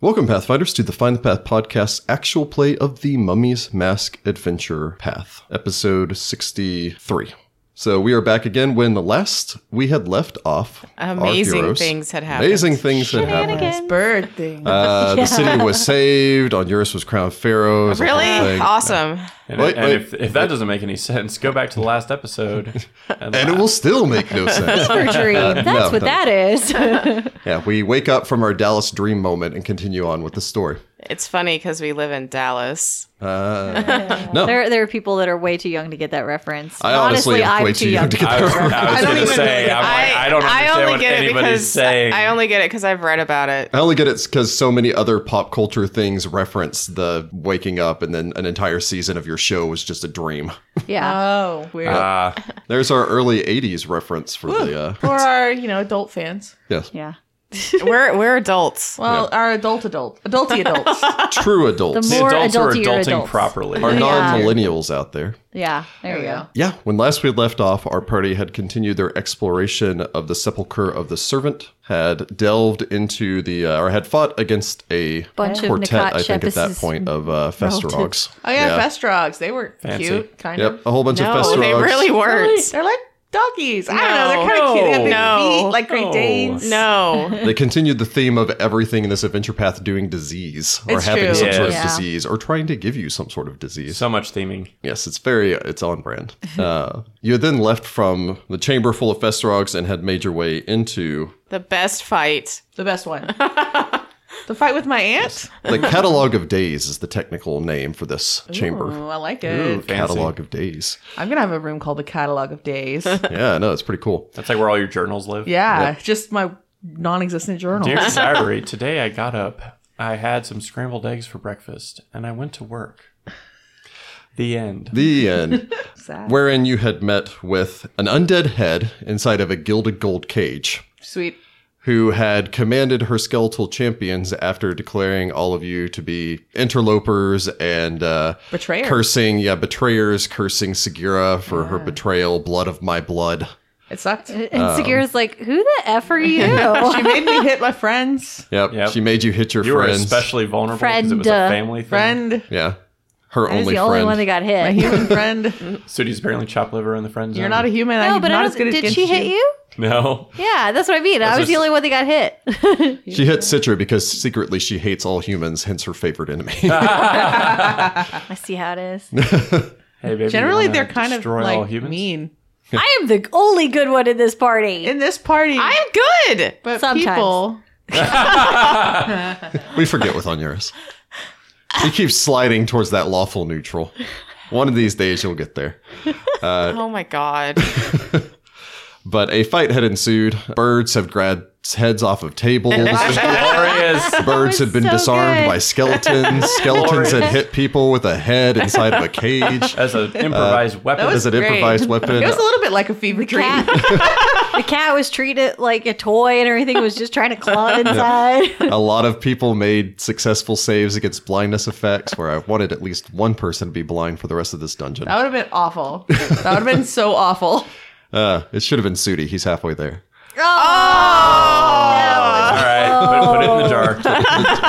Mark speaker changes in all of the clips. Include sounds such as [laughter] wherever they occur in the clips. Speaker 1: Welcome, Pathfinders, to the Find the Path podcast actual play of the Mummy's Mask Adventure Path, episode 63. So we are back again when the last we had left off. our
Speaker 2: Amazing
Speaker 1: heroes-
Speaker 2: things had happened.
Speaker 1: Amazing things had happened.
Speaker 2: His
Speaker 3: [laughs]
Speaker 2: bird thing.
Speaker 1: Uh, The city was saved. Onuris was crowned pharaoh. It was a whole
Speaker 2: really
Speaker 1: thing.
Speaker 2: awesome.
Speaker 4: And,
Speaker 1: Wait,
Speaker 4: and
Speaker 1: wait.
Speaker 4: If, if that doesn't make any sense, go back to the
Speaker 1: [laughs]
Speaker 4: last episode. And,
Speaker 1: And it will still make no sense.
Speaker 3: surgery. That's
Speaker 1: no,
Speaker 3: what
Speaker 1: no.
Speaker 3: that
Speaker 5: [laughs]
Speaker 3: is.
Speaker 1: yeah, we wake up from our Dallas dream moment and continue on with the story.
Speaker 2: It's funny because we live in Dallas.
Speaker 1: Uh, no,
Speaker 3: there, there are people that are way too young to get that reference.
Speaker 1: I honestly am
Speaker 3: I'm
Speaker 1: way too young to get [laughs]
Speaker 4: I was, I was
Speaker 2: don't
Speaker 4: going to
Speaker 2: even-
Speaker 4: say, I'm like, I don't understand what anybody's saying.
Speaker 2: I only get it because I've read about it.
Speaker 1: I only get it because so many other pop culture things reference the waking up, and then an entire season of your show was just a dream. [laughs]
Speaker 3: Yeah.
Speaker 5: Oh, weird.
Speaker 4: Ah,
Speaker 1: There's our early '80s reference for the uh,
Speaker 5: For our, you know, adult fans.
Speaker 1: yes,
Speaker 3: yeah.
Speaker 2: we're we're adults.
Speaker 5: Well, our adult adult.
Speaker 3: [laughs]
Speaker 5: Adulty adults.
Speaker 1: true adults,
Speaker 4: the
Speaker 3: more
Speaker 4: adults are
Speaker 3: adulty
Speaker 4: adulting
Speaker 3: you're adults.
Speaker 4: properly.
Speaker 1: our
Speaker 3: Yeah.
Speaker 1: non-millennials out there.
Speaker 3: Yeah. There, you go.
Speaker 1: Yeah, when last we left off, our party had continued their exploration of the sepulcher of the servant, had delved into the, uh, or had fought against a
Speaker 3: Bunch of
Speaker 1: quartet,
Speaker 3: Nakat
Speaker 1: I think, at that
Speaker 3: Shepus's
Speaker 1: point of uh, Festerogs.
Speaker 5: oh, yeah, Festrogs. They were
Speaker 4: Fancy.
Speaker 5: cute, kind
Speaker 1: Yep,
Speaker 5: of.
Speaker 1: a whole bunch of
Speaker 2: no,
Speaker 1: Festerogs.
Speaker 2: they really weren't.
Speaker 5: They're like doggies. I don't know. They're kind
Speaker 2: No.
Speaker 5: of cute. They have big
Speaker 2: No.
Speaker 5: feet, like Great
Speaker 4: No.
Speaker 2: [laughs]
Speaker 5: Danes.
Speaker 2: No,
Speaker 1: [laughs] they continued the theme of everything in this adventure path doing disease or
Speaker 5: It's
Speaker 1: having
Speaker 5: true.
Speaker 1: some sort of
Speaker 4: Yeah.
Speaker 1: disease or trying to give you some sort of disease.
Speaker 4: So much theming.
Speaker 1: yes, it's very it's on brand.
Speaker 5: [laughs]
Speaker 1: Uh, you had then left from the chamber full of Festerogs and had made your way into
Speaker 2: the best fight.
Speaker 5: The best
Speaker 4: [laughs]
Speaker 5: one. the fight with my aunt. [laughs]
Speaker 1: the catalog of days is the technical name for this chamber.
Speaker 5: Ooh, Oh, I like
Speaker 4: Ooh,
Speaker 5: it.
Speaker 4: fancy.
Speaker 1: Catalog of days.
Speaker 5: I'm going to have a room called the Catalog of
Speaker 4: [laughs]
Speaker 5: Days. yeah.
Speaker 1: Yeah, no, it's pretty cool.
Speaker 4: That's like where all your journals live.
Speaker 5: Just my non existent journal. [laughs]
Speaker 4: Dear Diary, today I got up. I had some scrambled eggs for breakfast, and I went to work. The end.
Speaker 5: [laughs]
Speaker 1: The end,
Speaker 5: Sad.
Speaker 1: wherein you had met with an undead head inside of a gilded gold cage.
Speaker 5: Sweet.
Speaker 1: who had commanded her skeletal champions after declaring all of you to be interlopers and uh,
Speaker 5: Betrayer.
Speaker 1: cursing, yeah, betrayers, cursing Segura for her betrayal, blood of my blood.
Speaker 5: It sucked. She
Speaker 3: And Sagira's
Speaker 1: Um,
Speaker 3: like, who the F
Speaker 1: [laughs]
Speaker 3: are you?
Speaker 5: made me hit my friends.
Speaker 1: Yep.
Speaker 4: Yep.
Speaker 1: She made you hit your
Speaker 4: you were
Speaker 1: friends.
Speaker 4: especially vulnerable because it was a
Speaker 3: Friend, uh,
Speaker 4: family thing.
Speaker 5: Friend.
Speaker 1: yeah. Her
Speaker 3: I was
Speaker 1: only
Speaker 3: the
Speaker 1: friend.
Speaker 3: only one that got
Speaker 5: My
Speaker 3: hit.
Speaker 5: human
Speaker 4: [laughs]
Speaker 5: friend.
Speaker 4: Sudie's apparently chopped liver in the friend zone.
Speaker 5: You're not a human.
Speaker 3: No,
Speaker 5: I'm
Speaker 3: but
Speaker 5: not
Speaker 3: I
Speaker 5: as
Speaker 3: don't,
Speaker 5: good
Speaker 3: did
Speaker 5: against
Speaker 3: she hit you?
Speaker 4: [laughs] No.
Speaker 3: Yeah, that's what I mean. I was
Speaker 4: just-
Speaker 3: the only one that got
Speaker 5: [laughs]
Speaker 3: hit.
Speaker 1: she hit Citra because secretly she hates all humans, hence her favorite
Speaker 4: [laughs]
Speaker 1: enemy.
Speaker 3: I see how
Speaker 1: [laughs]
Speaker 3: it is.
Speaker 4: Hey, baby, you
Speaker 5: Generally,
Speaker 4: wanna
Speaker 5: they're kind of
Speaker 4: destroy all
Speaker 5: like
Speaker 4: humans?
Speaker 5: mean.
Speaker 3: I am the only good one in this party.
Speaker 5: in this party.
Speaker 2: I'm good.
Speaker 5: but
Speaker 3: Sometimes.
Speaker 5: people,
Speaker 1: we forget with Onuris. He keeps sliding towards that lawful neutral. One of these days you'll get there.
Speaker 4: Uh,
Speaker 2: Oh my god.
Speaker 1: But a fight had ensued. Birds have grabbed heads off of
Speaker 5: [laughs]
Speaker 1: tables.
Speaker 4: Glorious.
Speaker 1: Birds had been
Speaker 3: so
Speaker 1: disarmed
Speaker 3: good.
Speaker 1: by
Speaker 5: [laughs]
Speaker 1: skeletons. skeletons had hit people with a head inside of a cage
Speaker 4: As an improvised weapon.
Speaker 5: that
Speaker 1: as
Speaker 5: was-
Speaker 1: an
Speaker 5: great.
Speaker 1: improvised
Speaker 5: it
Speaker 1: weapon.
Speaker 5: was a little bit like a fever dream.
Speaker 3: cat, [laughs] the cat was treated like a toy and everything was just trying to claw
Speaker 1: [laughs]
Speaker 3: it inside.
Speaker 1: A lot of people made successful saves against blindness effects, where I wanted at least one person to be blind for the rest of this dungeon.
Speaker 5: That would have been awful. That would have been so awful.
Speaker 1: Uh, it should have been Sudi. He's halfway there.
Speaker 3: Oh.
Speaker 4: All right. Put, it, put it in the jar.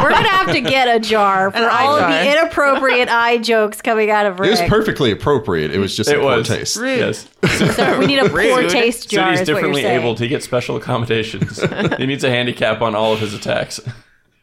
Speaker 3: We're gonna have to get a [laughs] jar for
Speaker 5: An eye
Speaker 3: all of
Speaker 5: jar.
Speaker 3: the inappropriate eye jokes coming out of
Speaker 1: It was
Speaker 3: Rick.
Speaker 1: perfectly appropriate. It was just in
Speaker 4: It
Speaker 1: poor
Speaker 4: was.
Speaker 1: taste.
Speaker 4: Yes.
Speaker 3: so we need a poor taste jar. is
Speaker 4: City's
Speaker 3: what you're
Speaker 4: differently
Speaker 3: saying. [laughs]
Speaker 4: able to get special accommodations. he needs a handicap on all of his attacks.
Speaker 5: [laughs]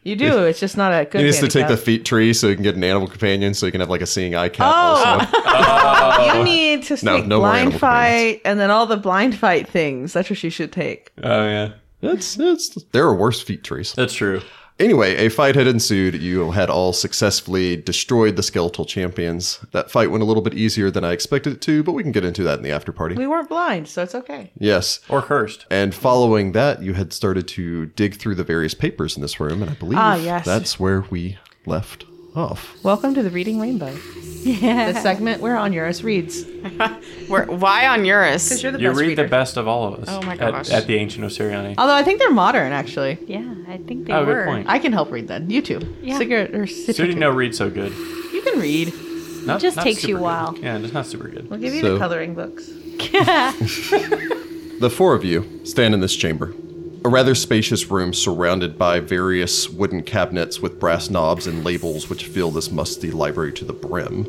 Speaker 5: You do. It's just not a good.
Speaker 1: He needs to take the
Speaker 5: handicap.
Speaker 1: feet tree so he can get an animal companion, so he can have like a seeing eye cat.
Speaker 5: Oh.
Speaker 1: Also,
Speaker 5: You need to
Speaker 1: No,
Speaker 5: take
Speaker 1: no more
Speaker 5: blind
Speaker 1: animal
Speaker 5: fight and then all the blind fight things. That's what you should take.
Speaker 4: Oh, yeah.
Speaker 1: that's, that's there are worse feet trees.
Speaker 4: That's true.
Speaker 1: Anyway, a fight had ensued. You had all successfully destroyed the skeletal champions. That fight went a little bit easier than I expected it to, but we can get into that in the after party.
Speaker 5: We weren't blind, so it's okay.
Speaker 1: Yes.
Speaker 4: Or cursed.
Speaker 1: And following that, you had started to dig through the various papers in this room, and I believe
Speaker 5: Ah, yes.
Speaker 1: that's where we left off.
Speaker 5: Welcome to the Reading Rainbow. Yeah. The segment where Onuris reads.
Speaker 2: We're, why on Eurus?
Speaker 5: You're the
Speaker 4: You
Speaker 5: best
Speaker 4: read
Speaker 5: reader.
Speaker 4: the best of all of us.
Speaker 2: Oh my
Speaker 4: at-
Speaker 2: gosh.
Speaker 4: At, the ancient Osiriani.
Speaker 5: Although I think they're modern, actually.
Speaker 3: Yeah, I think they
Speaker 4: Oh, good
Speaker 3: were. [laughs]
Speaker 4: point.
Speaker 5: I can help read then. You too.
Speaker 3: Yeah.
Speaker 5: Cigarette or
Speaker 4: Sudi
Speaker 5: Citric.
Speaker 4: no read so good.
Speaker 5: You can read.
Speaker 4: Not,
Speaker 3: Just
Speaker 4: not
Speaker 3: takes you
Speaker 4: super
Speaker 3: a while.
Speaker 4: good. Yeah, it's not super good.
Speaker 5: We'll give you
Speaker 1: So-
Speaker 5: the coloring books.
Speaker 1: The four of you stand in this chamber. a rather spacious room surrounded by various wooden cabinets with brass knobs and labels which fill this musty library to the brim.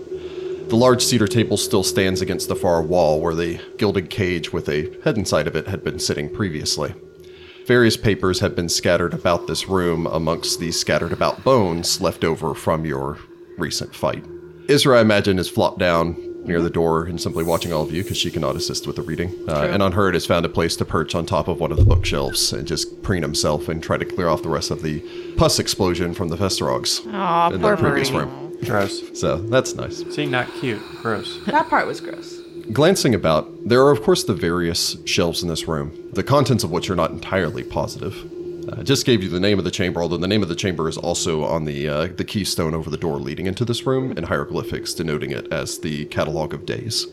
Speaker 1: The large cedar table still stands against the far wall where the gilded cage with a head inside of it had been sitting previously. Various papers had been scattered about this room amongst the scattered about bones left over from your recent fight. Isra, I imagine, is flopped down near the door and simply watching all of you because she cannot assist with the reading. Uh, and on her, it has found a place to perch on top of one of the bookshelves and just preen himself and try to clear off the rest of the pus explosion from the Festerogs
Speaker 2: Aw,
Speaker 1: in
Speaker 2: poor
Speaker 1: the previous
Speaker 2: Marie.
Speaker 1: room.
Speaker 4: Gross.
Speaker 1: So that's nice.
Speaker 4: See, not cute. Gross.
Speaker 5: That part was gross.
Speaker 1: Glancing about, there are of course the various shelves in this room, the contents of which are not entirely positive. I just gave you the name of the chamber, although the name of the chamber is also on the uh, the keystone over the door leading into this room in hieroglyphics, denoting it as the Catalog of Days.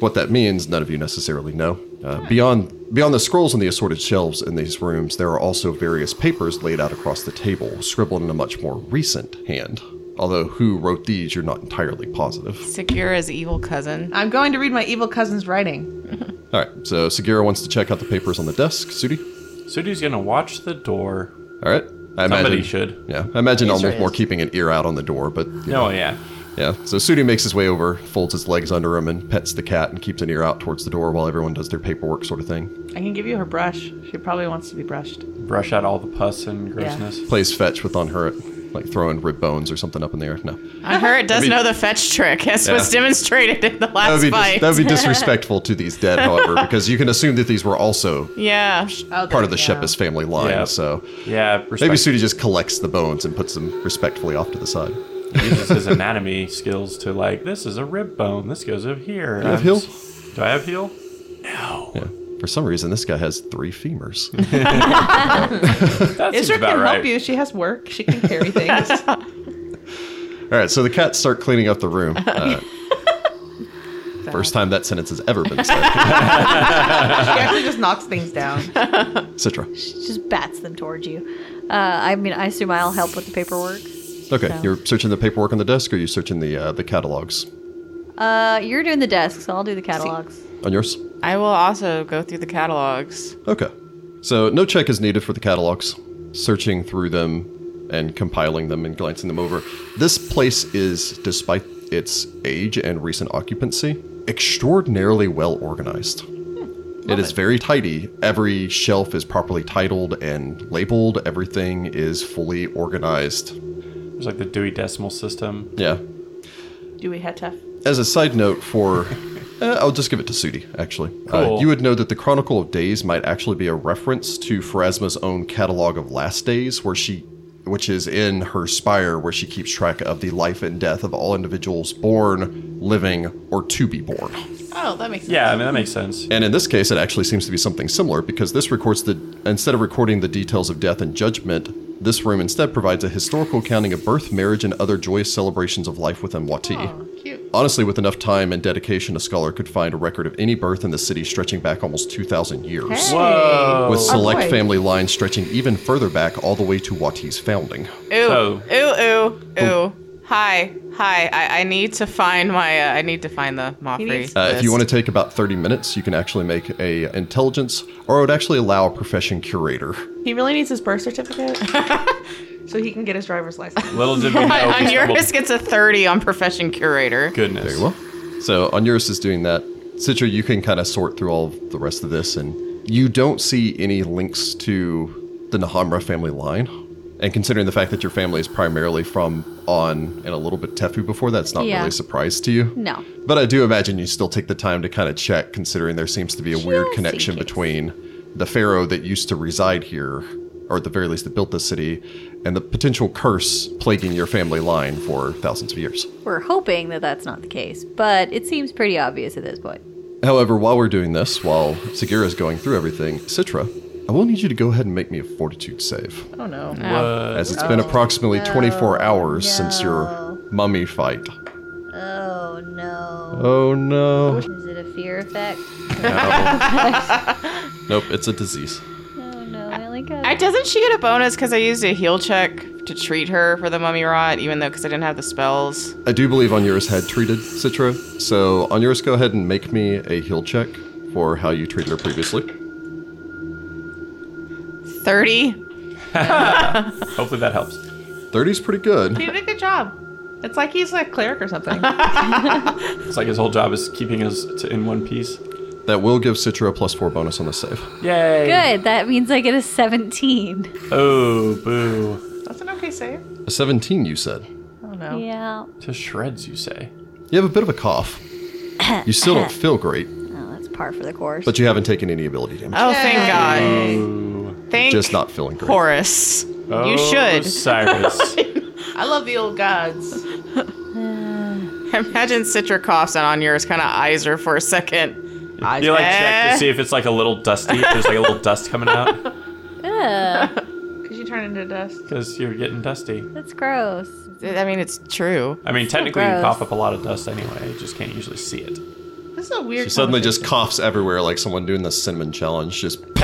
Speaker 1: What that means, none of you necessarily know. Uh, beyond beyond the scrolls on the assorted shelves in these rooms, there are also various papers laid out across the table, scribbled in a much more recent hand. Although who wrote these, you're not entirely positive.
Speaker 2: Segura's evil cousin.
Speaker 5: I'm going to read my evil cousin's writing.
Speaker 1: All right, so Segura wants to check out the papers on the desk. Sudi?
Speaker 4: Sudi's gonna watch the door.
Speaker 1: All right. I imagine,
Speaker 4: Somebody should.
Speaker 1: Yeah, I imagine almost
Speaker 5: is.
Speaker 1: more keeping an ear out on the door, but you
Speaker 4: No,
Speaker 1: know,
Speaker 4: Oh, yeah.
Speaker 1: yeah. So Sudi makes his way over, folds his legs under him, and pets the cat and keeps an ear out towards the door while everyone does their paperwork sort of thing.
Speaker 5: I can give you her brush. She probably wants to be brushed.
Speaker 4: Brush out all the pus and grossness.
Speaker 1: Plays fetch with on her, like throwing rib bones or something up in the air. No,
Speaker 2: On her, it does
Speaker 1: Maybe-
Speaker 2: know the fetch trick, as was
Speaker 1: Yeah.
Speaker 2: demonstrated in the
Speaker 1: that
Speaker 2: last
Speaker 1: would be
Speaker 2: fight.
Speaker 1: dis- that would be disrespectful to these dead, however, because you can assume that these were also
Speaker 2: yeah.
Speaker 1: part of the Shepis family line.
Speaker 4: Yeah.
Speaker 1: So
Speaker 4: Yeah, respect.
Speaker 1: maybe Sudi just collects the bones and puts them respectfully off to the side.
Speaker 4: uses his anatomy skills to like this is a rib bone. This goes over here. Do
Speaker 1: you have heel?
Speaker 4: Do I have heel?
Speaker 1: Yeah. For some reason, this guy has three femurs.
Speaker 4: That seems
Speaker 5: Isra
Speaker 4: about
Speaker 5: can
Speaker 4: right.
Speaker 5: help you. She has work. She can carry [laughs] things.
Speaker 1: All right, so the cats start cleaning up the room. Uh, first time that sentence has ever been said. [laughs]
Speaker 5: She actually just knocks things down.
Speaker 1: Citra.
Speaker 3: She just bats them towards you. Uh, I mean, I assume I'll help with the paperwork.
Speaker 1: Okay, you're searching the paperwork on the desk, or you searching the uh, the catalogs
Speaker 3: Uh, you're doing the desk, so I'll do the catalogs.
Speaker 1: on yours?
Speaker 2: I will also go through the catalogs.
Speaker 1: Okay, so no check is needed for the catalogs. Searching through them and compiling them and glancing them over. This place is, despite its age and recent occupancy, extraordinarily well organized. it is very tidy. Every shelf is properly titled and labeled. Everything is fully organized.
Speaker 4: It's like the Dewey Decimal System.
Speaker 1: Yeah.
Speaker 5: Do we head tough?
Speaker 1: As a side note for. eh, I'll just give it to Sudi, actually. Uh,
Speaker 4: Cool.
Speaker 1: you would know that the Chronicle of Days might actually be a reference to Phrasma's own catalog of last days, where she. Which is in her spire, where she keeps track of the life and death of all individuals born, living, or to be born.
Speaker 5: Oh, that makes sense.
Speaker 4: Yeah, I mean that makes sense.
Speaker 1: And in this case, it actually seems to be something similar because this records the instead of recording the details of death and judgment, this room instead provides a historical accounting of birth, marriage, and other joyous celebrations of life within Wati.
Speaker 5: Cute.
Speaker 1: Honestly, with enough time and dedication, a scholar could find a record of any birth in the city stretching back almost 2,000 years,
Speaker 3: Hey.
Speaker 4: Whoa.
Speaker 1: with select
Speaker 5: oh boy.
Speaker 1: family lines stretching even further back all the way to Wati's founding.
Speaker 2: Ooh,
Speaker 4: So-
Speaker 2: ooh, ooh, ooh. Hi, hi. I, I need to find my. Uh, I need to find the Mopri.
Speaker 5: needs-
Speaker 1: Uh, if you want to take about 30 minutes, you can actually make a intelligence, or it would actually allow a profession curator.
Speaker 5: He really needs his birth certificate [laughs] so he can get his driver's license.
Speaker 4: Little did we know. we
Speaker 2: on
Speaker 4: stumbled-
Speaker 2: yours gets a 30 on profession curator.
Speaker 4: Goodness.
Speaker 1: Very well. So Onuris is doing that. Citra, you can kind of sort through all of the rest of this, and you don't see any links to the Nahamra family line. And considering the fact that your family is primarily from On and a little bit Tefu before that, it's not
Speaker 3: Yeah.
Speaker 1: really a surprise to you.
Speaker 3: No.
Speaker 1: But I do imagine you still take the time to kind of check, considering there seems to be a weird
Speaker 3: Just in
Speaker 1: connection
Speaker 3: case.
Speaker 1: between the pharaoh that used to reside here, or at the very least that built this city, and the potential curse plaguing your family line for thousands of years.
Speaker 3: We're hoping that that's not the case, but it seems pretty obvious at this point.
Speaker 1: However, while we're doing this, while Segura is going through everything, Citra, I will need you to go ahead and make me a fortitude save,
Speaker 5: Oh, no.
Speaker 4: Uh,
Speaker 1: as it's been approximately 24 hours since your
Speaker 3: no.
Speaker 1: mummy fight.
Speaker 3: Oh no.
Speaker 1: Oh
Speaker 3: [laughs]
Speaker 1: no.
Speaker 3: Is it a fear effect?
Speaker 1: nope, it's a disease.
Speaker 3: Oh no, I only got
Speaker 2: I, doesn't she get a bonus because I used a heal check to treat her for the mummy rot, even though because I didn't have the spells?
Speaker 1: I do believe Onuris had treated Citra, so Onuris, go ahead and make me a heal check for how you treated her previously.
Speaker 2: 30.
Speaker 4: Hopefully that helps.
Speaker 1: 30's pretty good.
Speaker 5: He did a good job. It's like he's a cleric or something.
Speaker 4: It's like his whole job is keeping us to, in one piece.
Speaker 1: That will give Citra a plus four bonus on the save.
Speaker 4: Yay!
Speaker 3: Good. That means I get a 17.
Speaker 4: Oh, boo.
Speaker 5: That's an okay save.
Speaker 1: A 17, you said.
Speaker 5: Oh no.
Speaker 3: Yeah.
Speaker 4: To shreds, you say.
Speaker 1: You have a bit of a cough. You still don't feel great,
Speaker 3: Oh, that's par for the course.
Speaker 1: but you haven't taken any ability damage.
Speaker 2: Oh, thank God.
Speaker 4: Ooh.
Speaker 2: Thank
Speaker 1: Oh. Just not feeling great.
Speaker 2: Horus.
Speaker 4: Oh,
Speaker 2: you should.
Speaker 4: Cyrus.
Speaker 5: I love the old gods.
Speaker 2: Imagine Citra coughs and on yours kind of eyes her for a second.
Speaker 5: I
Speaker 4: you like check
Speaker 2: Eh.
Speaker 4: to see if it's like a little dusty. if There's like a little dust coming out
Speaker 3: Ugh,
Speaker 5: Because you turn into dust.
Speaker 4: because you're getting dusty.
Speaker 3: that's
Speaker 5: [laughs]
Speaker 3: gross.
Speaker 2: I mean, it's true.
Speaker 4: I mean, technically, you
Speaker 3: gross.
Speaker 4: cough up a lot of dust anyway. You just can't usually see it.
Speaker 5: This is a weird.
Speaker 1: She suddenly just coughs everywhere like someone doing the cinnamon challenge, just [laughs]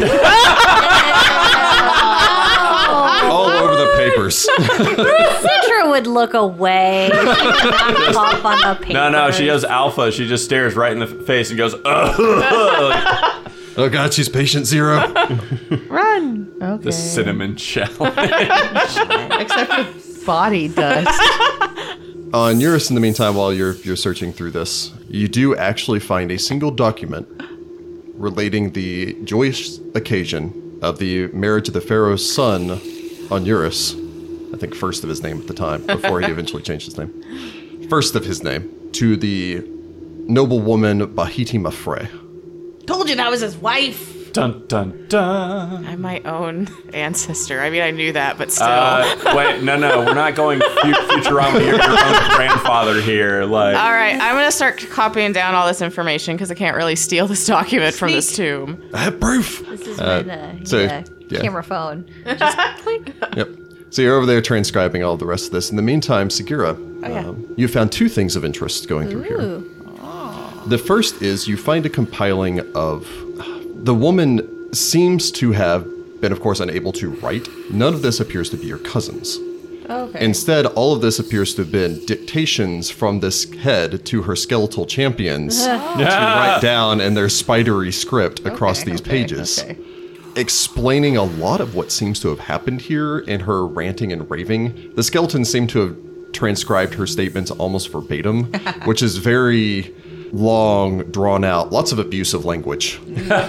Speaker 1: all over the papers.
Speaker 3: Citra would
Speaker 1: [laughs]
Speaker 3: look away. She would not pop on the paper.
Speaker 4: No, no, she goes alpha. She just stares right in the f- face and goes, "Ugh."
Speaker 1: oh god, she's patient zero.
Speaker 5: run. Okay.
Speaker 4: the
Speaker 5: [laughs]
Speaker 4: cinnamon challenge.
Speaker 5: Except for [laughs] body dust.
Speaker 1: On Uh, Eurus, in the meantime, while you're you're searching through this, you do actually find a single document relating the joyous occasion of the marriage of the pharaoh's son on Eurus. I think first of his name at the time, before he eventually changed his name. First of his name to the noble woman Bahiti Mafre.
Speaker 5: Told you that was his wife.
Speaker 4: dun dun dun.
Speaker 2: I'm my own [laughs] ancestor. I mean, I knew that, but still.
Speaker 4: Mm-hmm. Uh, wait, no, no, we're not going fu- Futurama. You're your own grandfather here. Like,
Speaker 2: all right, I'm gonna start copying down all this information because I can't really steal this [laughs] document from this
Speaker 5: Sneak.
Speaker 2: tomb.
Speaker 1: I have proof.
Speaker 3: This is
Speaker 1: Uh,
Speaker 3: when uh,
Speaker 1: so,
Speaker 3: yeah,
Speaker 1: yeah.
Speaker 3: camera phone.
Speaker 1: Yep. So you're over there transcribing all the rest of this. In the meantime, Segura, um, you found two things of interest going through here.
Speaker 3: Ooh,
Speaker 1: The first is you find a compiling of the woman seems to have been, of course, unable to write. None of this appears to be your cousins.
Speaker 5: Okay.
Speaker 1: Instead, all of this appears to have been dictations from this head to her skeletal
Speaker 5: [laughs]
Speaker 1: champions to write down in their spidery script across
Speaker 5: Okay,
Speaker 1: these
Speaker 5: okay,
Speaker 1: pages
Speaker 5: okay.
Speaker 1: explaining a lot of what seems to have happened here in her ranting and raving. The skeletons seem to have transcribed her statements almost
Speaker 5: [laughs]
Speaker 1: verbatim, which is very long, drawn out, lots of abusive language.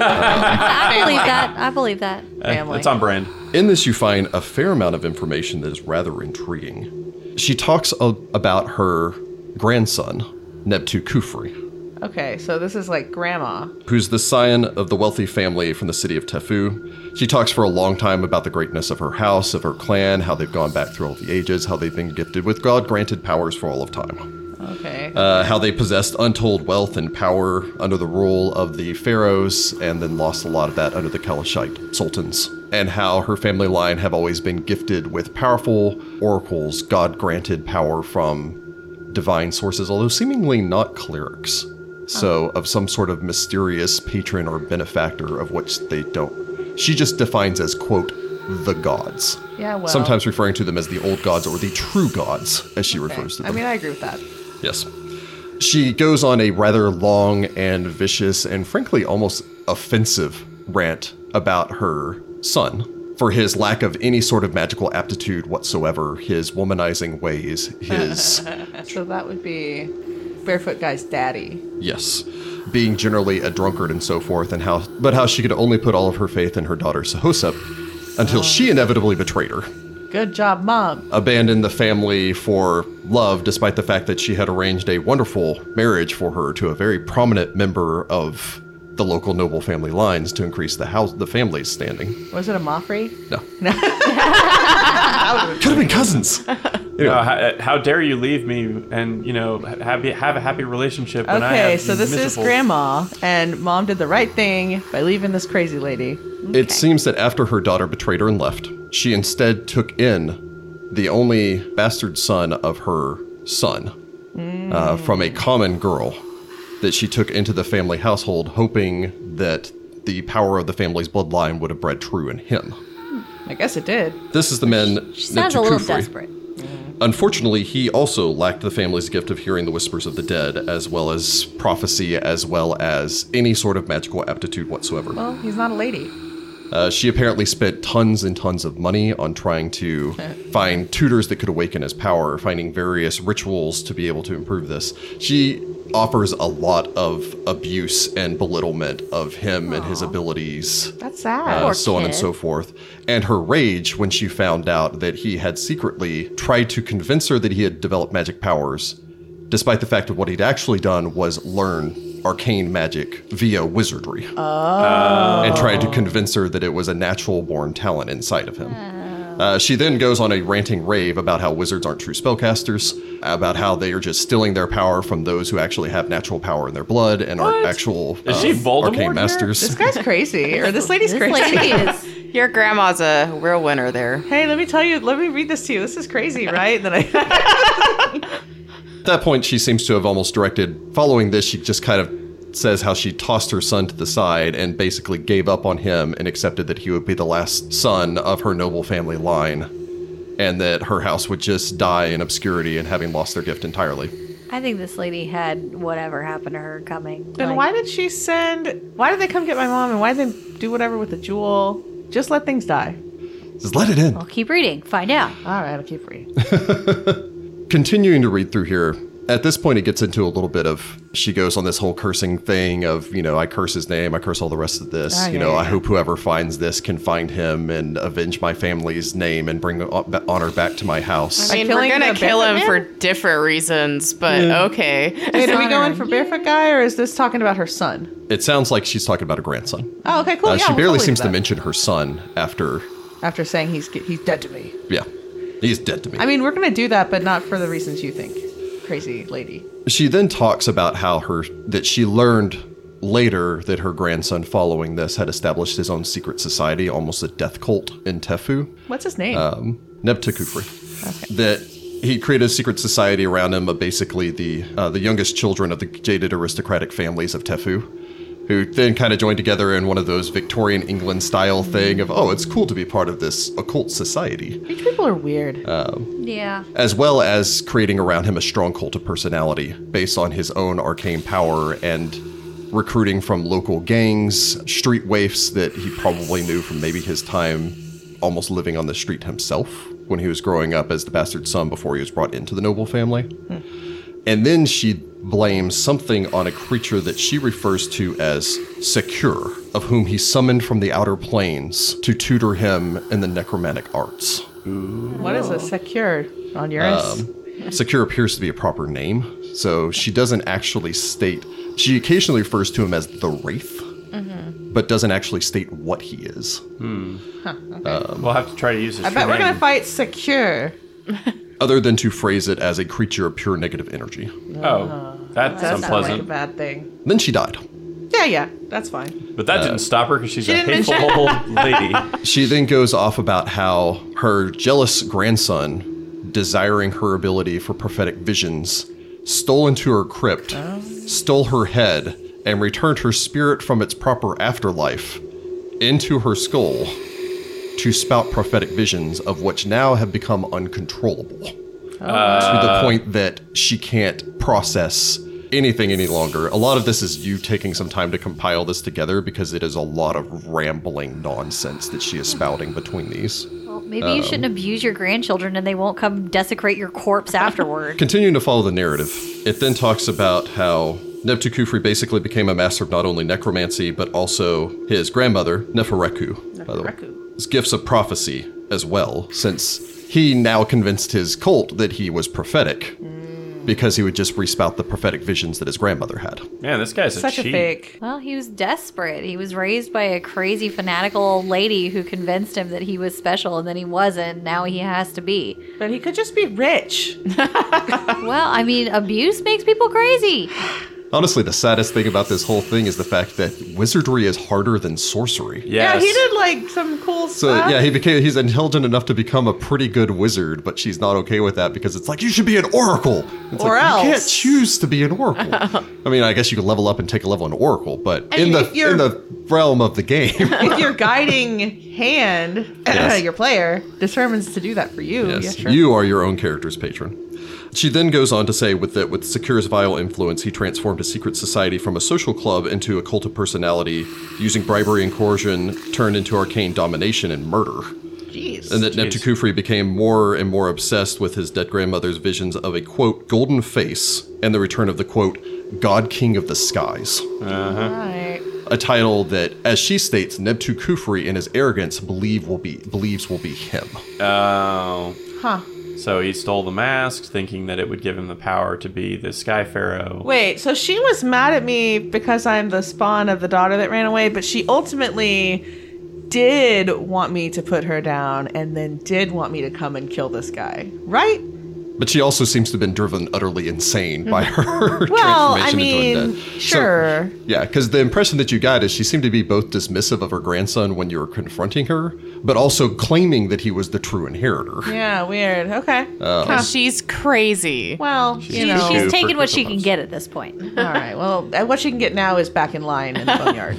Speaker 3: I believe that. I believe that.
Speaker 4: eh, it's on brand.
Speaker 1: In this, you find a fair amount of information that is rather intriguing. She talks a- about her grandson, Neptu Kufri,
Speaker 5: [laughs] Okay, so this is like grandma.
Speaker 1: who's the scion of the wealthy family from the city of Tefu. She talks for a long time about the greatness of her house, of her clan, how they've gone back through all the ages, how they've been gifted with God granted powers for all of time,
Speaker 5: Okay.
Speaker 1: uh, how they possessed untold wealth and power under the rule of the pharaohs, and then lost a lot of that under the Kalashite sultans, and how her family line have always been gifted with powerful oracles, God granted power from divine sources, although seemingly not clerics. So,
Speaker 5: Uh-huh.
Speaker 1: of some sort of mysterious patron or benefactor of which they don't. She just defines as, quote, the gods.
Speaker 5: Yeah, well.
Speaker 1: Sometimes referring to them as the old gods or the true gods, as she refers to
Speaker 5: I
Speaker 1: them.
Speaker 5: mean, I agree with that.
Speaker 1: yes. She goes on a rather long and vicious and frankly almost offensive rant about her son for his lack of any sort of magical aptitude whatsoever, his womanizing ways, his.
Speaker 5: So that would be barefoot guy's daddy.
Speaker 1: Yes. Being generally a drunkard and so forth, and how, but how she could only put all of her faith in her daughter Sahosep until she inevitably betrayed her,
Speaker 5: Good job, mom.
Speaker 1: abandoned the family for love, despite the fact that she had arranged a wonderful marriage for her to a very prominent member of the local noble family lines to increase the house, the family's standing.
Speaker 5: Was it a Moffrey?
Speaker 1: No, could have been [laughs] cousins.
Speaker 4: You know, Uh, how, eh, how dare you leave me and you know ha- happy have a happy relationship? When I
Speaker 5: Okay,
Speaker 4: have
Speaker 5: so this
Speaker 4: miserable-
Speaker 5: is grandma, and mom did the right thing by leaving this crazy lady.
Speaker 1: It seems that after her daughter betrayed her and left, she instead took in the only bastard son of her son uh, from a common girl that she took into the family household, hoping that the power of the family's bloodline would have bred true in him.
Speaker 5: I guess it did.
Speaker 1: This is the man.
Speaker 3: She sounds a little
Speaker 1: Neptukufri.
Speaker 3: desperate.
Speaker 1: Unfortunately, he also lacked the family's gift of hearing the whispers of the dead, as well as prophecy, as well as any sort of magical aptitude whatsoever.
Speaker 5: Well, he's not a lady.
Speaker 1: Uh, she apparently spent tons and tons of money on trying to
Speaker 3: [laughs]
Speaker 1: find tutors that could awaken his power, finding various rituals to be able to improve this. She offers a lot of abuse and belittlement of him and his abilities
Speaker 5: That's sad.
Speaker 1: uh,
Speaker 3: Poor
Speaker 1: so on and
Speaker 3: kid.
Speaker 1: so forth. And her rage when she found out that he had secretly tried to convince her that he had developed magic powers, despite the fact that what he'd actually done was learn arcane magic via wizardry.
Speaker 3: Oh.
Speaker 1: And tried to convince her that it was a natural born talent inside of him.
Speaker 3: Oh.
Speaker 1: Uh, she then goes on a ranting rave about how wizards aren't true spellcasters, about how they are just stealing their power from those who actually have natural power in their blood and aren't actual uh,
Speaker 4: Is she Voldemort here?
Speaker 1: arcane masters.
Speaker 5: This guy's crazy, or this lady's
Speaker 3: This
Speaker 5: crazy.
Speaker 3: lady
Speaker 5: [laughs]
Speaker 3: is.
Speaker 2: Your grandma's a real winner there.
Speaker 5: Hey, let me tell you. Let me read this to you. This is crazy, right? Then I.
Speaker 1: At that point, she seems to have almost directed. Following this, she just kind of says how she tossed her son to the side and basically gave up on him and accepted that he would be the last son of her noble family line and that her house would just die in obscurity and having lost their gift entirely.
Speaker 3: I think this lady had whatever happened to her coming.
Speaker 5: Then
Speaker 3: Like,
Speaker 5: why did she send? Why did they come get my mom? And why did they do whatever with the jewel? Just let things die.
Speaker 1: Just let it in.
Speaker 3: Well, keep reading. Find out.
Speaker 5: All right, I'll keep reading.
Speaker 1: continuing to read through here at this point it gets into a little bit of she goes on this whole cursing thing of you know i curse his name i curse all the rest of this
Speaker 5: Ah,
Speaker 1: you
Speaker 5: yeah,
Speaker 1: know
Speaker 5: yeah,
Speaker 1: i
Speaker 5: yeah.
Speaker 1: hope whoever finds this can find him and avenge my family's name and bring hon- honor back to my house
Speaker 2: I
Speaker 5: Like
Speaker 2: mean, we're
Speaker 5: killing
Speaker 2: gonna
Speaker 5: the
Speaker 2: kill him
Speaker 5: bear
Speaker 2: for different reasons, but
Speaker 4: Mm.
Speaker 2: okay.
Speaker 5: Wait, are we going
Speaker 3: Dishonoring.
Speaker 5: for barefoot guy, or is this talking about her son?
Speaker 1: it sounds like she's talking about a grandson
Speaker 5: Oh, okay, cool.
Speaker 1: uh,
Speaker 5: yeah,
Speaker 1: she
Speaker 5: we'll
Speaker 1: barely
Speaker 5: totally do
Speaker 1: seems to
Speaker 5: that.
Speaker 1: mention her son after
Speaker 5: after saying he's he's dead to me.
Speaker 1: yeah he's dead to me
Speaker 5: I mean, we're gonna do that, but not for the reasons you think, crazy lady.
Speaker 1: she then talks about how her that she learned later that her grandson following this had established his own secret society almost a death cult in tefu
Speaker 5: What's his name?
Speaker 1: um, Nebtekufri, that he created a secret society around him of basically the uh, the youngest children of the jaded aristocratic families of Tefu, who then kind of joined together in one of those Victorian England style thing of oh it's cool to be part of this occult society,
Speaker 5: These people are weird.
Speaker 1: uh,
Speaker 3: Yeah.
Speaker 1: as well as creating around him a strong cult of personality based on his own arcane power and. Recruiting from local gangs, street waifs that he probably knew from maybe his time almost living on the street himself when he was growing up as the bastard son before he was brought into the noble family. And then she blames something on a creature that she refers to as Secure, of whom he summoned from the outer planes to tutor him in the necromantic arts.
Speaker 5: what is a secure on Uranus?
Speaker 1: Secure Um, appears to be a proper name, so she doesn't actually state. She occasionally refers to him as the Wraith, but doesn't actually state what he is.
Speaker 4: We'll have to try to use this.
Speaker 5: I bet we're gonna fight secure.
Speaker 1: Other than to phrase it as a creature of pure negative energy.
Speaker 4: Oh,
Speaker 5: That sounds
Speaker 4: that's,
Speaker 5: like a
Speaker 4: unpleasant.
Speaker 5: bad thing.
Speaker 1: Then she died.
Speaker 5: Yeah, yeah, that's fine.
Speaker 4: but that didn't stop her because she's a
Speaker 5: Uh, didn't
Speaker 4: hateful
Speaker 5: [laughs]
Speaker 4: old lady.
Speaker 1: She then goes off about how her jealous grandson, desiring her ability for prophetic visions, stole into her crypt, stole her head, and returned her spirit from its proper afterlife into her skull to spout prophetic visions of which now have become uncontrollable to the point that she can't process anything any longer. A lot of this is you taking some time to compile this together because it is a lot of rambling nonsense that she is spouting between these.
Speaker 3: Well, maybe
Speaker 1: Uh,
Speaker 3: you shouldn't abuse your grandchildren and they won't come desecrate your corpse afterward.
Speaker 1: Continuing to follow the narrative, it then talks about how Nebtu Kufri basically became a master of not only necromancy, but also his grandmother, Nefereku, by the way. His gifts of prophecy as well, since he now convinced his cult that he was prophetic because he would just respout the prophetic visions that his grandmother had.
Speaker 4: Man, this guy's a
Speaker 5: Such
Speaker 4: cheat.
Speaker 5: a fake.
Speaker 3: well, he was desperate. He was raised by a crazy, fanatical old lady who convinced him that he was special and then he wasn't. Now he has to be.
Speaker 5: But he could just be rich. [laughs]
Speaker 3: Well, I mean, abuse makes people crazy.
Speaker 1: Honestly, the saddest thing about this whole thing is the fact that wizardry is harder than sorcery.
Speaker 5: Yeah,
Speaker 4: Yes.
Speaker 5: he did like some cool
Speaker 1: So
Speaker 5: stuff.
Speaker 1: yeah, he became he's intelligent enough to become a pretty good wizard, but she's not okay with that because it's like you should be an oracle. It's
Speaker 5: Or
Speaker 1: like, You can't
Speaker 5: else."
Speaker 1: choose to be
Speaker 5: [laughs]
Speaker 1: an oracle. I mean, I guess you can level up and take a level in oracle, but in the
Speaker 5: if you're-
Speaker 1: in the realm of the
Speaker 5: [laughs]
Speaker 1: game,
Speaker 5: if your guiding hand,
Speaker 1: [laughs] Yes.
Speaker 5: [laughs] your player, determines to do that for you, yeah,
Speaker 1: yes,
Speaker 5: sure.
Speaker 1: you are your own character's patron. She then goes on to say with that with Secur's vile influence, he transformed a secret society from a social club into a cult of personality, using bribery and coercion turned into arcane domination and murder.
Speaker 5: Jeez.
Speaker 1: And that Neptukufri became more and more obsessed with his dead grandmother's visions of a quote golden face and the return of the quote God King of the Skies.
Speaker 3: Right.
Speaker 1: A title that, as she states, Neptukufri in his arrogance believe will be believes will be him.
Speaker 4: Oh.
Speaker 5: Huh.
Speaker 4: So he stole the mask, thinking that it would give him the power to be the Sky Pharaoh.
Speaker 5: Wait, so she was mad at me because I'm the spawn of the daughter that ran away, but she ultimately did want me to put her down and then did want me to come and kill this guy, right?
Speaker 1: But she also seems to have been driven utterly insane by her [laughs]
Speaker 5: Mm-hmm. Well, I
Speaker 1: transformation into
Speaker 5: mean,
Speaker 1: undead. So-
Speaker 5: sure.
Speaker 1: yeah, because the impression that you got is she seemed to be both dismissive of her grandson when you were confronting her, but also claiming that he was the true inheritor.
Speaker 5: yeah, weird. Okay.
Speaker 4: Uh-huh.
Speaker 5: Huh.
Speaker 2: [laughs] She's crazy.
Speaker 5: Well, you know.
Speaker 3: She's
Speaker 4: Two
Speaker 3: taking
Speaker 4: for
Speaker 3: what she can
Speaker 4: Christmas.
Speaker 3: get at this point.
Speaker 5: All right. Well, uh, what she can get now is back in line in the boneyard.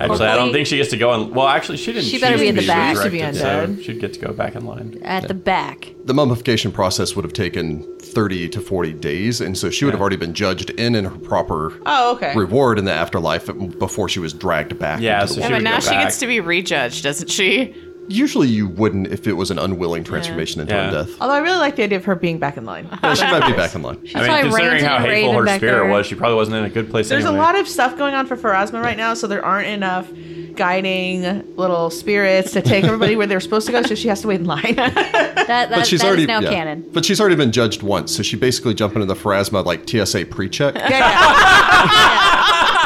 Speaker 4: Actually, I don't
Speaker 3: Hopefully-
Speaker 4: think she gets to go in. Well, actually, she didn't.
Speaker 3: She better
Speaker 4: choose
Speaker 3: be in the back.
Speaker 5: She should be
Speaker 4: directed,
Speaker 5: undead.
Speaker 4: So she'd get to go back in line.
Speaker 3: At the back.
Speaker 1: The mummification process would have taken 30 to 40 days, and so she would have already been judged in and her proper
Speaker 5: oh, okay.
Speaker 1: reward in the afterlife before she was dragged back.
Speaker 4: Yeah,
Speaker 1: into the
Speaker 4: so
Speaker 2: yeah,
Speaker 4: she
Speaker 2: but
Speaker 4: would
Speaker 2: now
Speaker 4: go
Speaker 2: she
Speaker 4: back.
Speaker 2: gets to be rejudged, doesn't she?
Speaker 1: Usually you wouldn't if it was an unwilling transformation into
Speaker 4: Yeah.
Speaker 1: undeath.
Speaker 5: Although I really like the idea of her being back in line.
Speaker 1: Yeah, she might be back in line.
Speaker 3: That's
Speaker 4: I
Speaker 3: why
Speaker 4: mean, considering
Speaker 3: Ran's
Speaker 4: how
Speaker 3: and
Speaker 4: hateful
Speaker 3: Raven
Speaker 4: her
Speaker 3: back
Speaker 4: spirit
Speaker 3: there.
Speaker 4: was, she probably wasn't in a good place
Speaker 5: There's
Speaker 4: anyway.
Speaker 5: a lot of stuff going on for Pharasma right now, so there aren't enough guiding little spirits to take everybody where they're supposed to go, so she has to wait in line. [laughs]
Speaker 3: That, that,
Speaker 1: But she's
Speaker 3: that is
Speaker 1: already
Speaker 3: now
Speaker 1: yeah.
Speaker 3: canon.
Speaker 1: But she's already been judged once, so she basically jumped into the Pharasma like TSA pre-check. [laughs]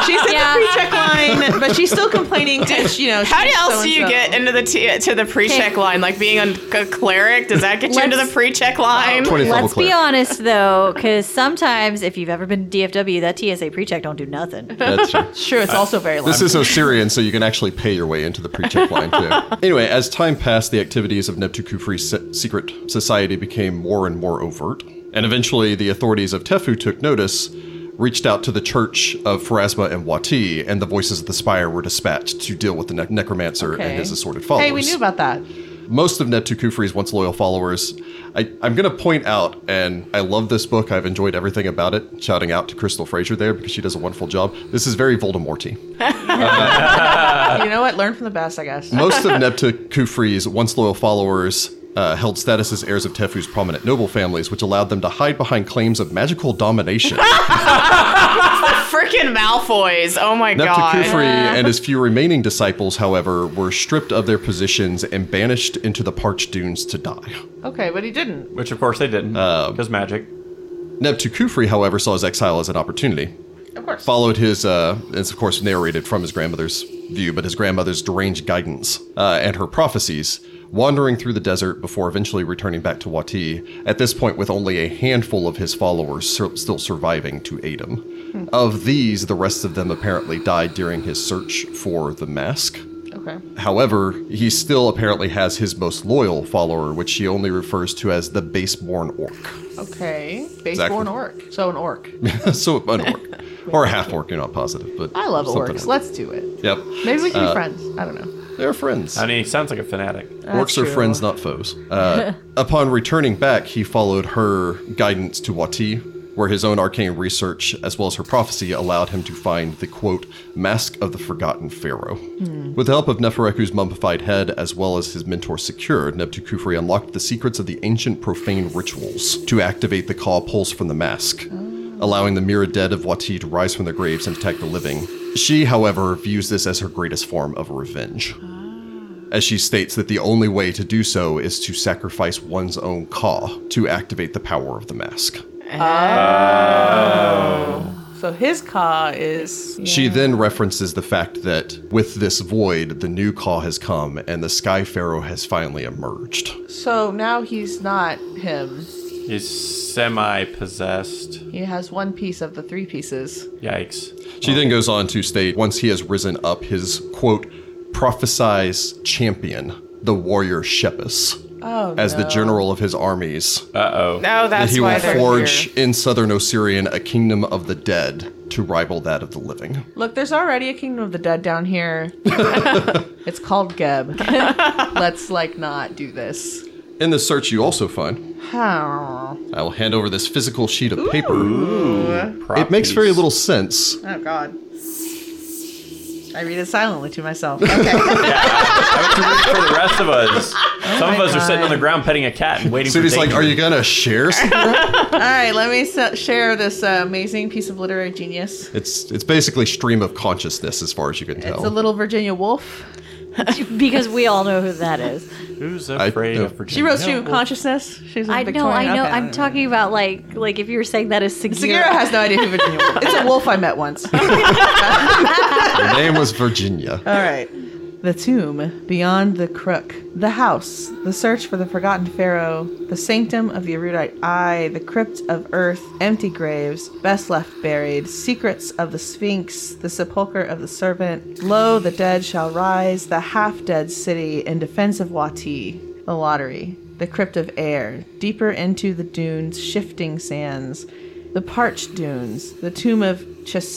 Speaker 5: She's
Speaker 3: [laughs]
Speaker 5: in
Speaker 3: Yeah.
Speaker 5: the pre-check line, but she's still complaining. To, you know,
Speaker 2: How
Speaker 5: she's
Speaker 2: else do you
Speaker 5: so-and-so.
Speaker 2: get into the t- to the pre-check line? Like being a, a cleric, does that get you into the
Speaker 3: Let's-
Speaker 2: pre-check line?
Speaker 1: 20th level
Speaker 3: Let's be
Speaker 1: clear.
Speaker 3: honest though, because sometimes if you've ever been to DFW, that TSA pre-check don't do nothing. [laughs]
Speaker 1: That's true.
Speaker 5: Sure, it's also very long.
Speaker 1: This is Osirian, so you can actually pay your way into the pre-check line
Speaker 3: [laughs]
Speaker 1: too. Anyway, as time passed, the activities of Neptukufri's se- secret society became more and more overt, and eventually the authorities of Tefu took notice, reached out to the Church of Pharasma and Wati, and the voices of the Spire were dispatched to deal with the ne- necromancer
Speaker 5: Okay.
Speaker 1: and his assorted followers.
Speaker 5: hey, we knew about that.
Speaker 1: most of Neptukufri's once loyal followers. I, I'm going to point out, and I love this book. I've enjoyed everything about it. Shouting out to Crystal Fraser there because she does a wonderful job. This is very Voldemorty. Uh,
Speaker 5: you know what? Learn from the best, I guess.
Speaker 1: Most of Neptukufri's once loyal followers uh, held status as heirs of Tefu's prominent noble families, which allowed them to hide behind claims of magical domination.
Speaker 2: Freaking Malfoys! Oh my god!
Speaker 1: Neptukufri and his few remaining disciples, however, were stripped of their positions and banished into the parched dunes to die.
Speaker 5: Okay, but he didn't.
Speaker 4: Which, of course, they didn't.
Speaker 1: Uh,
Speaker 4: Because magic.
Speaker 1: Neptukufri, however, saw his exile as an opportunity.
Speaker 5: Of course.
Speaker 1: followed his, uh, it's of course narrated from his grandmother's view, but his grandmother's deranged guidance uh, and her prophecies, wandering through the desert before eventually returning back to Wati, at this point with only a handful of his followers sur- still surviving to aid
Speaker 5: Hmm.
Speaker 1: him. Of these, the rest of them apparently died during his search for the mask.
Speaker 5: okay.
Speaker 1: However, he still apparently has his most loyal follower, which he only refers to as the baseborn orc. [laughs]
Speaker 5: Okay. Baseborn
Speaker 1: Exactly.
Speaker 5: orc. So an orc.
Speaker 1: so, an
Speaker 5: [laughs]
Speaker 1: orc. Or a half orc, you're not positive, but
Speaker 5: I love
Speaker 1: something Uh, like-
Speaker 5: orcs. Let's do it.
Speaker 1: Yep.
Speaker 5: Maybe we can be friends. I don't know.
Speaker 1: They're friends.
Speaker 4: I mean, he sounds like a fanatic.
Speaker 5: That's
Speaker 1: Orcs are
Speaker 5: true.
Speaker 1: friends, not foes.
Speaker 5: [laughs]
Speaker 1: Uh, upon returning back, he followed her guidance to Wati, where his own arcane research, as well as her prophecy, allowed him to find the quote, Mask of the Forgotten Pharaoh.
Speaker 5: Hmm.
Speaker 1: With the help of Nefereku's mummified head, as well as his mentor Secure, Nebtukufri unlocked the secrets of the ancient profane rituals to activate the call pulse from the mask
Speaker 5: Oh.
Speaker 1: allowing the mirror dead of Wati to rise from their graves and attack the living. She, however, views this as her greatest form of revenge, as she states that the only way to do so is to sacrifice one's own Ka to activate the power of the mask.
Speaker 5: So his ka is.
Speaker 1: She then references the fact that with this void, the new Ka has come and the Sky Pharaoh has finally emerged.
Speaker 5: So now he's not him.
Speaker 4: He's semi possessed.
Speaker 5: He has one piece of the three pieces.
Speaker 4: Yikes.
Speaker 1: She then goes on to state once he has risen up, his quote, prophesies champion, the warrior Shepus,
Speaker 5: Oh,
Speaker 1: as the
Speaker 5: no.
Speaker 1: general of his armies.
Speaker 4: Uh oh.
Speaker 2: No, that's
Speaker 1: he
Speaker 2: why
Speaker 1: will
Speaker 2: they're
Speaker 1: forge
Speaker 2: here.
Speaker 1: in southern Osirian a kingdom of the dead to rival that of the living.
Speaker 5: Look, there's already a kingdom of the dead down here. it's called [laughs] Geb. Let's like not do this.
Speaker 1: In this search, you also find
Speaker 5: Oh,
Speaker 1: I will hand over this physical sheet of paper.
Speaker 4: Prop
Speaker 1: It makes
Speaker 4: piece.
Speaker 1: very
Speaker 4: [laughs]
Speaker 1: little sense.
Speaker 5: oh God. I read it silently to myself. [laughs]
Speaker 1: [laughs]
Speaker 5: Okay.
Speaker 4: I have to read it for the rest of us. Some of us are sitting on the ground petting a cat and waiting.
Speaker 1: So
Speaker 4: for
Speaker 1: he's like,
Speaker 4: danger.
Speaker 1: "Are you gonna share?" [laughs] Some?
Speaker 5: All right, let me s- share this uh, amazing piece of literary genius.
Speaker 1: it's it's basically stream of consciousness as far as you can tell.
Speaker 5: It's a little Virginia Woolf.
Speaker 3: because we all know who that is.
Speaker 4: Who's afraid
Speaker 1: no.
Speaker 4: of Virginia?
Speaker 5: She wrote
Speaker 4: No,
Speaker 5: Stream of
Speaker 4: well,
Speaker 5: Consciousness. She's a
Speaker 3: I know,
Speaker 5: Victorian.
Speaker 3: I know.
Speaker 5: Okay,
Speaker 3: I'm
Speaker 5: don't
Speaker 3: talking about like like if you're saying that is
Speaker 5: Segura
Speaker 3: Segura.
Speaker 5: has no idea who Virginia Woolf.
Speaker 3: [laughs]
Speaker 5: It's a wolf I met once. All
Speaker 1: Her name was Virginia.
Speaker 5: right. The tomb beyond the crook, the house, the search for the forgotten pharaoh, the sanctum of the erudite eye, the crypt of earth, empty graves, best left buried, secrets of the sphinx, the sepulchre of the servant. Lo, the dead shall rise, the half-dead city in defense of Wati, the lottery, the crypt of air, deeper into the dunes, shifting sands, the parched dunes, the tomb of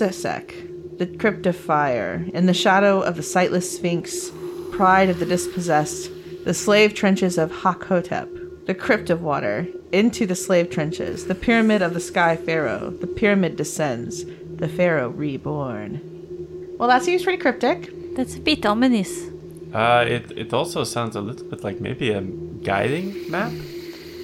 Speaker 5: Chisisek, the crypt of fire, in the shadow of the sightless sphinx, pride of the dispossessed, the slave trenches of Hakhotep, the crypt of water, into the slave trenches, the pyramid of the sky pharaoh, the pyramid descends, the pharaoh reborn. Well, that seems pretty cryptic.
Speaker 3: That's a bit ominous.
Speaker 4: Uh, it it also sounds a little bit like maybe a guiding map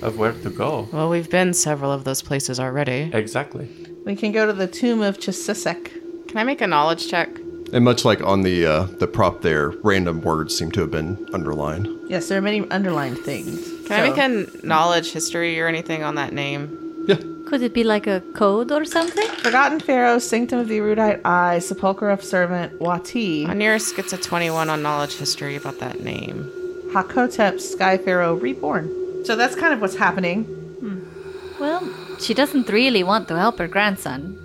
Speaker 4: of where to go.
Speaker 2: Well, we've been several of those places already.
Speaker 4: Exactly.
Speaker 5: We can go to the tomb of Chisisek.
Speaker 2: Can I make a knowledge check?
Speaker 1: And much like on the uh, the prop there, random words seem to have been underlined.
Speaker 5: Yes, there are many underlined things.
Speaker 2: Can I make a knowledge history or anything on that name?
Speaker 1: Yeah.
Speaker 3: Could it be like a code or something?
Speaker 5: Forgotten Pharaoh, Sanctum of the Erudite Eye, Sepulchre of Servant, Wati,
Speaker 2: My nearest gets a 21 on knowledge history about that name.
Speaker 5: Hakotep, Sky Pharaoh, Reborn. So that's kind of what's happening.
Speaker 3: Well, she doesn't really want to help her grandson.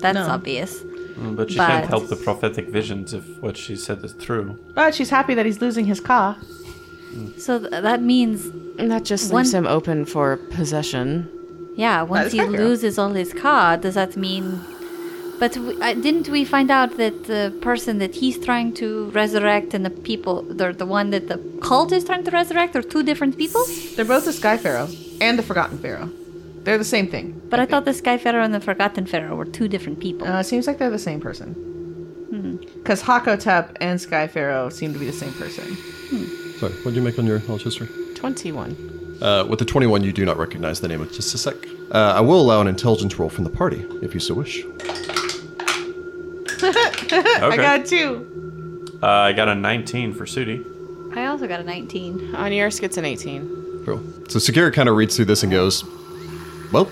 Speaker 3: That's
Speaker 5: No.
Speaker 3: obvious.
Speaker 4: Mm, But she
Speaker 3: But-
Speaker 4: can't help the prophetic visions if what she said is true.
Speaker 5: But she's happy that he's losing his car.
Speaker 3: So th- that means,
Speaker 2: And that just
Speaker 3: One-
Speaker 2: leaves him open for possession.
Speaker 3: yeah, once
Speaker 5: is
Speaker 3: he
Speaker 5: fair.
Speaker 3: loses all his car, does that mean? But we, uh, didn't we find out that the person that he's trying to resurrect and the people, the the one that the cult is trying to resurrect, are two different people?
Speaker 5: They're both the Sky Pharaoh and the Forgotten Pharaoh. They're the same thing.
Speaker 3: But I thought the Sky Pharaoh and the Forgotten Pharaoh were two different people.
Speaker 5: Uh, it seems like they're the same person. Because Hakotep and Sky Pharaoh seem to be the same person.
Speaker 1: Sorry, what did you make on your knowledge history?
Speaker 2: 21.
Speaker 1: Uh, with the 21, you do not recognize the name of Chisisek. Uh, I will allow an intelligence roll from the party, if you so wish.
Speaker 5: I
Speaker 4: Okay.
Speaker 5: got two.
Speaker 4: uh, I got a 19 for Sudi.
Speaker 3: I also got a 19.
Speaker 2: My nearest gets an 18.
Speaker 1: Cool. So Segura kind of reads through this and goes, Well,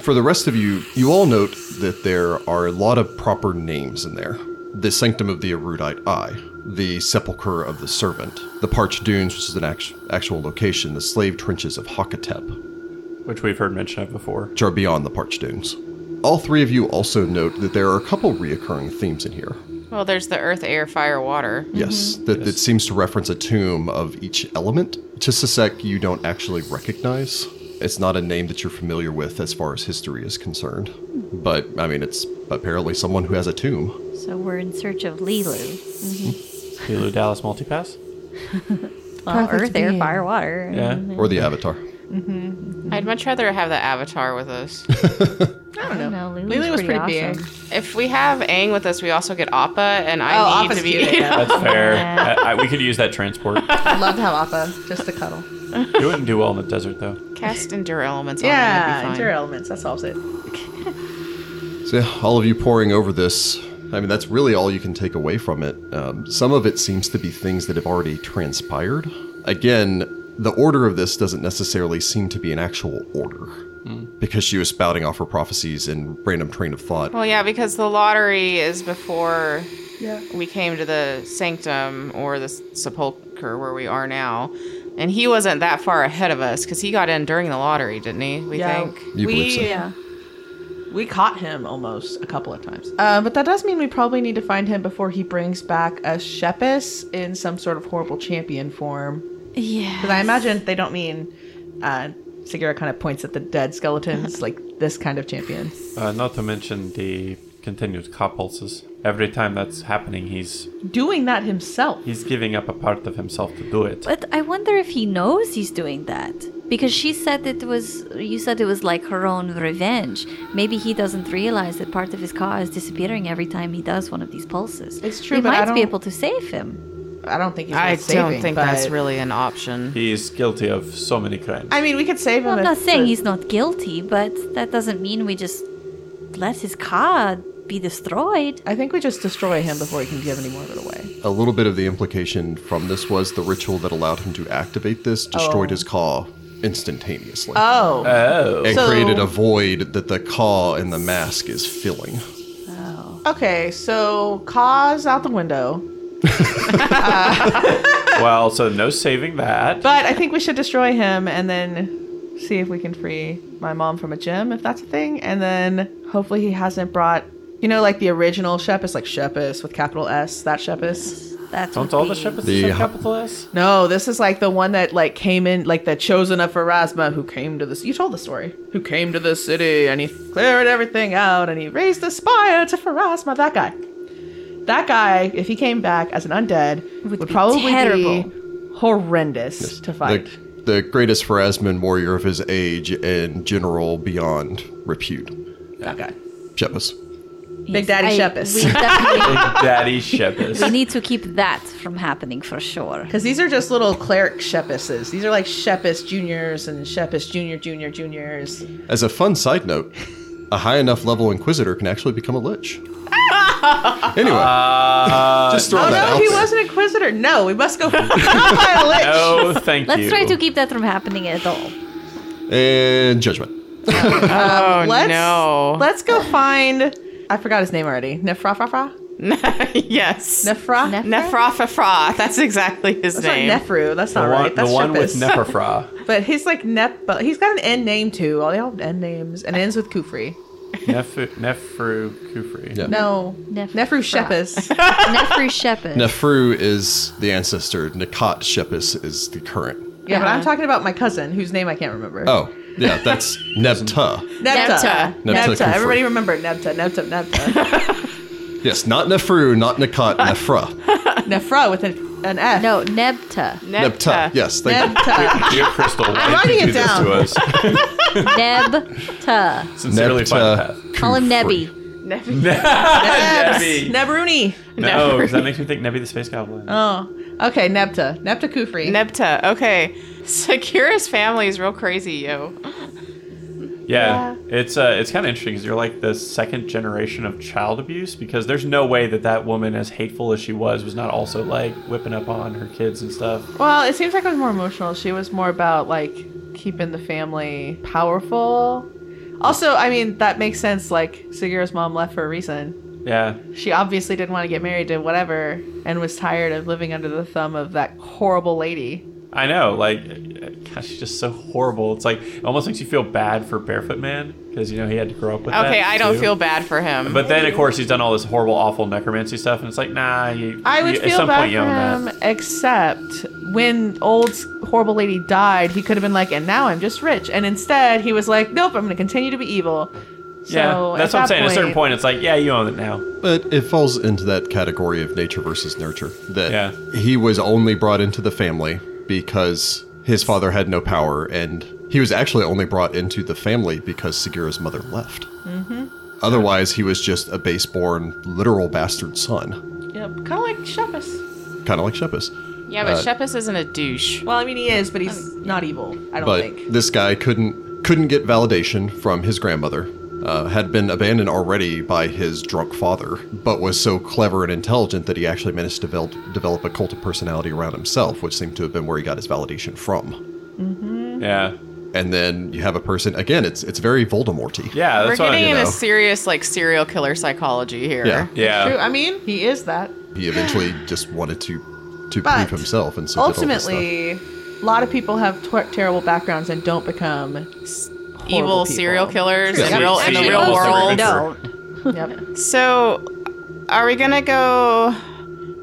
Speaker 1: for the rest of you, you all note that there are a lot of proper names in there the Sanctum of the Erudite Eye, the Sepulchre of the Servant, the Parched Dunes, which is an act- actual location, the Slave Trenches of Hakatep,
Speaker 4: which we've heard mention of before.
Speaker 1: which are beyond the parched dunes. All three of you also note that there are a couple reoccurring themes in here.
Speaker 2: Well, there's the earth, air, fire, water.
Speaker 1: Yes, that, that seems to reference a tomb of each element. Chisisek, you don't actually recognize. It's not a name that you're familiar with as far as history is concerned. But, I mean, it's apparently someone who has a tomb.
Speaker 3: So we're in search of Lilu.
Speaker 4: Hulu Dallas Multipass?
Speaker 3: Well,
Speaker 5: Perfect
Speaker 3: Earth, air,
Speaker 5: being.
Speaker 3: fire, water.
Speaker 4: Yeah.
Speaker 1: Or the Avatar.
Speaker 2: I'd much rather have the avatar with [laughs] us.
Speaker 5: I don't know.
Speaker 3: No, Lulu's
Speaker 5: Lulu was pretty,
Speaker 3: awesome.
Speaker 5: big.
Speaker 2: if we have Aang with us, we also get Appa, and I
Speaker 5: Oh,
Speaker 2: need
Speaker 5: Appa's
Speaker 2: to be.
Speaker 5: cute, yeah. [laughs]
Speaker 4: That's fair. I, I, we could use that transport.
Speaker 5: I'd love to have Appa just to cuddle.
Speaker 4: You wouldn't do well in the desert, though.
Speaker 2: [laughs] Cast Endure Elements on
Speaker 5: Yeah,
Speaker 2: him.
Speaker 5: endure elements. That solves it.
Speaker 1: So, yeah, all of you poring over this, I mean, that's really all you can take away from it. Um, some of it seems to be things that have already transpired. Again, the order of this doesn't necessarily seem to be an actual order because she was spouting off her prophecies in random train of thought.
Speaker 2: Well, yeah, because the lottery is before we came to the sanctum or the sepulcher where we are now. And he wasn't that far ahead of us because he got in during the lottery, didn't he? We
Speaker 5: Yeah.
Speaker 2: think.
Speaker 1: You believe so?
Speaker 3: Yeah.
Speaker 5: We caught him almost a couple of times. Uh, but that does mean we probably need to find him before he brings back a Shepis in some sort of horrible champion form.
Speaker 3: Yeah.
Speaker 5: Because I imagine they don't mean. Uh, Segura kind of points at the dead skeletons, like this kind of champion.
Speaker 4: Uh, not to mention the continued cop pulses. Every time that's happening, he's
Speaker 5: Doing that himself.
Speaker 4: he's giving up a part of himself to do it.
Speaker 3: But I wonder if he knows he's doing that because she said it was you said it was like her own revenge. Maybe he doesn't realize that part of his car is disappearing every time he does one of these pulses.
Speaker 5: It's true,
Speaker 3: We
Speaker 5: but I
Speaker 3: might be
Speaker 5: don't-
Speaker 3: able to save him.
Speaker 5: I don't think he's.
Speaker 2: I
Speaker 5: worth saving,
Speaker 2: don't think that's
Speaker 5: but-
Speaker 2: really an option.
Speaker 4: He is guilty of so many crimes.
Speaker 5: I mean, we could save him.
Speaker 3: Well, I'm not
Speaker 5: if
Speaker 3: saying
Speaker 5: the-
Speaker 3: he's not guilty, but that doesn't mean we just let his car be destroyed.
Speaker 5: I think we just destroy him before he can give any more of it away.
Speaker 1: A little bit of the implication from this was the ritual that allowed him to activate this destroyed his caw instantaneously.
Speaker 5: Oh,
Speaker 4: oh,
Speaker 1: and
Speaker 5: so-
Speaker 1: created a void that the caw and the mask is filling.
Speaker 5: okay. So cause out the window,
Speaker 4: well, so no saving that.
Speaker 5: but I think we should destroy him and then see if we can free my mom from a gym, if that's a thing. And then hopefully he hasn't brought, you know, like the original Shepis, like Shepis with capital S, that Shepis.
Speaker 3: That's
Speaker 4: Don't all the shepherds
Speaker 1: The-
Speaker 4: have capital S?
Speaker 5: No, this is like the one that like came in, like the chosen of Erasma who came to this. You told the story. Who came to the city and he cleared everything out and he raised the spire to Erasma. That guy. That guy, if he came back as an undead, would,
Speaker 3: Would be
Speaker 5: probably
Speaker 3: terrible.
Speaker 5: be horrendous to fight.
Speaker 1: The, the greatest Pharasman warrior of his age and general beyond repute.
Speaker 5: that guy.
Speaker 1: Shepus.
Speaker 5: Big Daddy Shepis. [laughs]
Speaker 3: We definitely
Speaker 4: Daddy shepherds.
Speaker 3: we need to keep that from happening for sure.
Speaker 5: Because these are just little cleric Shepises. These are like Shepis juniors and Shepis junior, junior, juniors.
Speaker 1: As a fun side note, a high enough level inquisitor can actually become a
Speaker 5: [laughs]
Speaker 1: lich. anyway,
Speaker 4: Uh,
Speaker 1: just throw that
Speaker 5: Oh, no,
Speaker 1: out
Speaker 5: he
Speaker 1: there.
Speaker 5: was an Inquisitor. No, we must go [laughs] find a lich.
Speaker 4: no, thank
Speaker 3: Let's
Speaker 4: you.
Speaker 3: try to keep that from happening at all.
Speaker 1: And judgment.
Speaker 2: Oh
Speaker 5: Let's,
Speaker 2: no!
Speaker 5: Let's go find. I forgot his name already. Nefrafrafra?
Speaker 2: [laughs] yes.
Speaker 5: Nefra?
Speaker 3: Nef-
Speaker 2: Nefrafafra. That's exactly his
Speaker 5: That's
Speaker 2: name.
Speaker 5: not Nefru. That's
Speaker 4: the
Speaker 5: not
Speaker 4: one,
Speaker 5: right. That's
Speaker 4: the one with
Speaker 5: Shepis. [laughs]
Speaker 4: Neferfra.
Speaker 5: But he's like Nep, but he's got an end name too. All they all have end names and it ends with Kufri.
Speaker 4: Nefru, Nefru Kufri.
Speaker 1: Yeah.
Speaker 5: No,
Speaker 3: Nef-
Speaker 5: Nefru
Speaker 3: Fra. [laughs]
Speaker 5: Shepis.
Speaker 3: Nefri Shepard.
Speaker 1: Nefru is the ancestor. Nakat Shepus is the current.
Speaker 5: yeah, but I'm
Speaker 3: Yeah.
Speaker 5: talking about my cousin whose name I can't remember.
Speaker 1: Oh, yeah,
Speaker 4: [laughs]
Speaker 1: that's Nebta.
Speaker 5: Nebta.
Speaker 2: Nebta.
Speaker 1: Nebta Kufri.
Speaker 5: Everybody remember Nebta, Nebta, Nebta.
Speaker 3: [laughs]
Speaker 1: Yes, not Nefru, not
Speaker 4: [laughs]
Speaker 1: Nakat, Nefra.
Speaker 5: Nefra with an, an F.
Speaker 3: No, Nebta.
Speaker 1: Nebta. Yes, thank you.
Speaker 4: [laughs]
Speaker 5: Nebta.
Speaker 4: Dear Crystal,
Speaker 5: I'm
Speaker 4: why did you do
Speaker 5: writing it
Speaker 4: this to us?
Speaker 3: Nebta.
Speaker 4: Sincerely, Final Path.
Speaker 1: Nebta
Speaker 3: Call him
Speaker 1: Kufri.
Speaker 3: Nebby.
Speaker 2: Nef-
Speaker 5: Nebs.
Speaker 4: Nebby.
Speaker 5: Nebruni.
Speaker 4: No, because that makes me think Nebby the Space Goblin.
Speaker 5: Oh, okay. Nebta. Nebta Kufri.
Speaker 2: Nebta. Okay. [laughs] Sakura's family is real crazy, yo.
Speaker 4: yeah, it's uh, it's kind of interesting because you're like the second generation of child abuse because there's no way that that woman, as hateful as she was, was not also like whipping up on her kids and stuff.
Speaker 5: well, it seems like it was more emotional. She was more about like keeping the family powerful. Also, I mean that makes sense. Like Sagira's mom left for a reason.
Speaker 4: Yeah,
Speaker 5: She obviously didn't want to get married to whatever, and was tired of living under the thumb of that horrible lady.
Speaker 4: I know. Like, gosh, she's just so horrible. It's like it almost makes you feel bad for Barefoot Man because you know he had to grow up with. that,
Speaker 2: Okay, I don't
Speaker 4: too.
Speaker 2: feel bad for him.
Speaker 4: But then, of course, he's done all this horrible, awful necromancy stuff, and it's like, nah. You,
Speaker 5: I would
Speaker 4: you, at
Speaker 5: feel
Speaker 4: some
Speaker 5: bad
Speaker 4: point you own
Speaker 5: for
Speaker 4: that.
Speaker 5: him, except when old s- horrible lady died, he could have been like, and now I'm just rich. And instead, he was like, nope, I'm going to continue to be evil. So
Speaker 4: yeah, that's
Speaker 5: at
Speaker 4: what I'm
Speaker 5: that
Speaker 4: saying. At a certain point, it's like, yeah, you own it now.
Speaker 1: But it falls into that category of nature versus nurture. That
Speaker 4: Yeah.
Speaker 1: he was only brought into the family because his father had no power, and he was actually only brought into the family because Segura's mother left. Mm-hmm. Otherwise, he was just a base-born, literal bastard son,
Speaker 5: Yep, kind of like Shepis.
Speaker 1: kind of like Shepus.
Speaker 2: yeah, but
Speaker 1: uh,
Speaker 2: Shepus isn't a douche.
Speaker 5: Well, I mean, he is, but he's not evil, I don't
Speaker 1: But
Speaker 5: think.
Speaker 1: this guy couldn't couldn't get validation from his grandmother. Uh, had been abandoned already by his drunk father, but was so clever and intelligent that he actually managed to develop, develop a cult of personality around himself, which seemed to have been where he got his validation from.
Speaker 5: Mm-hmm.
Speaker 4: Yeah,
Speaker 1: And then you have a person again. It's it's very Voldemorty.
Speaker 4: yeah,
Speaker 2: We're
Speaker 4: that's what I
Speaker 2: getting
Speaker 4: mean.
Speaker 2: into
Speaker 1: know.
Speaker 2: serious like serial killer psychology here.
Speaker 1: Yeah.
Speaker 4: Yeah,
Speaker 5: True. I mean, he is that.
Speaker 1: He eventually just wanted to to
Speaker 5: But
Speaker 1: prove himself, and so did all this stuff.
Speaker 5: Ultimately, a lot of people have ter- terrible backgrounds and don't become s-
Speaker 2: evil
Speaker 5: people.
Speaker 2: serial killers
Speaker 1: Yeah,
Speaker 2: in,
Speaker 1: so-
Speaker 2: real,
Speaker 1: so
Speaker 2: in the
Speaker 4: you
Speaker 2: real
Speaker 4: almost
Speaker 2: world.
Speaker 4: everybody-
Speaker 3: don't.
Speaker 5: Yep.
Speaker 2: So, are we gonna go?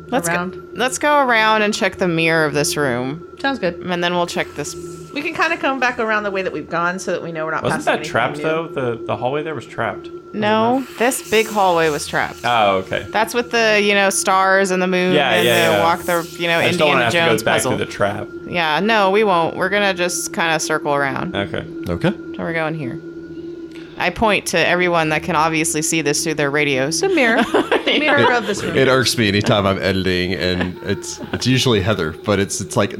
Speaker 2: Let's go.
Speaker 5: Around?
Speaker 2: Let's go around and check the mirror of this room,
Speaker 5: Sounds good.
Speaker 2: and then we'll check this.
Speaker 5: We can kind of come back around the way that we've gone so that we know we're not
Speaker 4: Wasn't
Speaker 5: passing
Speaker 4: that
Speaker 5: anything
Speaker 4: trapped
Speaker 5: new.
Speaker 4: though? The the hallway there was trapped.
Speaker 2: No, this big hallway was trapped.
Speaker 4: Oh, okay.
Speaker 2: That's with the you know stars and the moon
Speaker 4: Yeah,
Speaker 2: and
Speaker 4: yeah,
Speaker 2: the
Speaker 4: yeah.
Speaker 2: walk the you know
Speaker 4: I just don't want
Speaker 2: Indiana
Speaker 4: to have
Speaker 2: Jones
Speaker 4: to go back
Speaker 2: puzzle.
Speaker 4: to the trap.
Speaker 2: yeah, no, we won't. We're gonna just kind of circle around.
Speaker 4: Okay.
Speaker 1: Okay.
Speaker 2: So we're going here. I point to everyone that can obviously see this through their radios.
Speaker 5: The
Speaker 4: [laughs]
Speaker 5: mirror. The mirror [laughs] of this room.
Speaker 1: It irks me anytime I'm editing, and it's it's usually Heather, but it's it's like.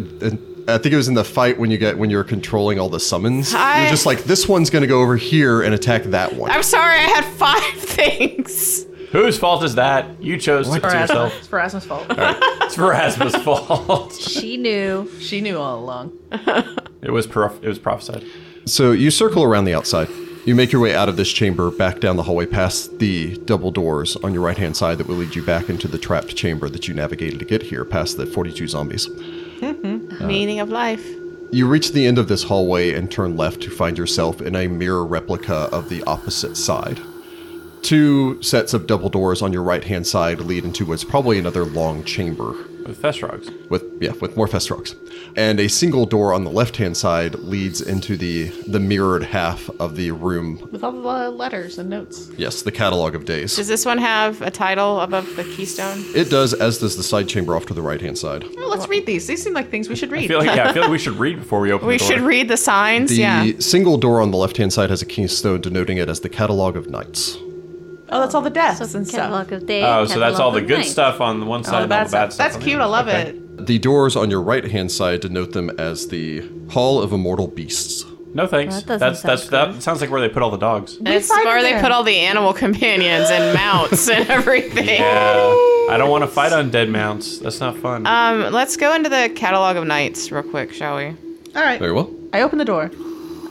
Speaker 1: I think it was in the fight when you get when you're controlling all the summons.
Speaker 2: I-
Speaker 1: You're just like this one's gonna go over here and attack that one.
Speaker 2: I'm sorry, I had five [laughs] things.
Speaker 4: Whose fault is that? You chose to
Speaker 5: For
Speaker 4: to
Speaker 5: Asma-
Speaker 4: yourself.
Speaker 5: It's for Asma's fault.
Speaker 4: It's Verasma's [laughs] fault.
Speaker 3: She knew.
Speaker 5: She knew all along.
Speaker 4: It was prof- it was prophesied.
Speaker 1: So you circle around the outside. You make your way out of this chamber, back down the hallway, past the double doors on your right hand side that will lead you back into the trapped chamber that you navigated to get here, past the 42 zombies.
Speaker 2: Meaning of life.
Speaker 1: You reach the end of this hallway and turn left to find yourself in a mirror replica of the opposite side. Two sets of double doors on your right hand side lead into what's probably another long chamber
Speaker 4: With Festrogs.
Speaker 1: with yeah with more fest rocks and a single door on the left hand side leads into the the mirrored half of the room
Speaker 5: With all the letters and notes.
Speaker 1: yes the catalog of days
Speaker 2: Does this one have a title above the keystone?
Speaker 1: it does as does the side chamber off to the right hand side
Speaker 5: Well, let's read these. These seem like things we should
Speaker 4: I
Speaker 5: read.
Speaker 4: feel like yeah, I feel like we should read before we open
Speaker 2: We
Speaker 4: the door.
Speaker 2: should read the signs.
Speaker 1: the
Speaker 2: yeah.
Speaker 1: single door on the left hand side has a keystone denoting it as the catalog of knights
Speaker 5: oh, that's all the deaths
Speaker 3: So
Speaker 5: and stuff.
Speaker 3: catalog of day.
Speaker 4: Oh, so that's
Speaker 3: catalog
Speaker 4: all the
Speaker 3: of
Speaker 4: good
Speaker 3: night.
Speaker 4: stuff on the one side
Speaker 5: All the
Speaker 4: and all
Speaker 5: bad stuff. That's
Speaker 4: on the
Speaker 5: cute. I
Speaker 4: other.
Speaker 5: love
Speaker 4: Okay.
Speaker 5: it.
Speaker 1: the doors on your right hand side denote them as the hall of immortal beasts
Speaker 4: No thanks.
Speaker 3: That doesn't
Speaker 4: that's that's
Speaker 3: sound
Speaker 4: that sounds like where they put all the dogs.
Speaker 2: It's
Speaker 5: fight
Speaker 2: where they
Speaker 5: them.
Speaker 2: put all the animal [laughs] companions and mounts and everything.
Speaker 4: Yeah. I don't want to fight on dead mounts. That's not fun.
Speaker 2: Um, let's go into the catalog of knights real quick, shall we?
Speaker 5: All right.
Speaker 1: very well
Speaker 5: I opened the door.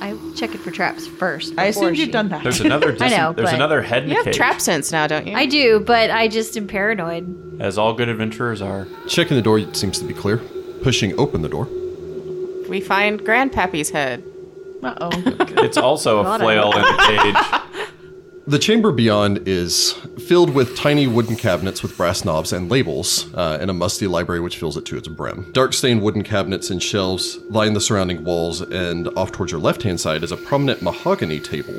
Speaker 3: I check it for traps first.
Speaker 5: I
Speaker 3: before
Speaker 5: assumed
Speaker 3: she-
Speaker 5: you'd done that. [laughs]
Speaker 4: there's another dis-
Speaker 3: know,
Speaker 4: there's
Speaker 3: but-
Speaker 4: another head in
Speaker 2: You
Speaker 4: a
Speaker 2: have
Speaker 4: cage.
Speaker 2: trap sense now, don't you?
Speaker 3: I do, but I just am paranoid.
Speaker 4: As all good adventurers are.
Speaker 1: checking the door seems to be clear pushing open the door
Speaker 2: we find Grandpappy's head.
Speaker 5: Uh [laughs] oh.
Speaker 4: It's also a
Speaker 3: Not a-
Speaker 4: flail in a cage.
Speaker 1: The chamber beyond is filled with tiny wooden cabinets with brass knobs and labels, uh, and a musty library which fills it to its brim. Dark stained wooden cabinets and shelves line the surrounding walls, and off towards your left hand side is a prominent mahogany table.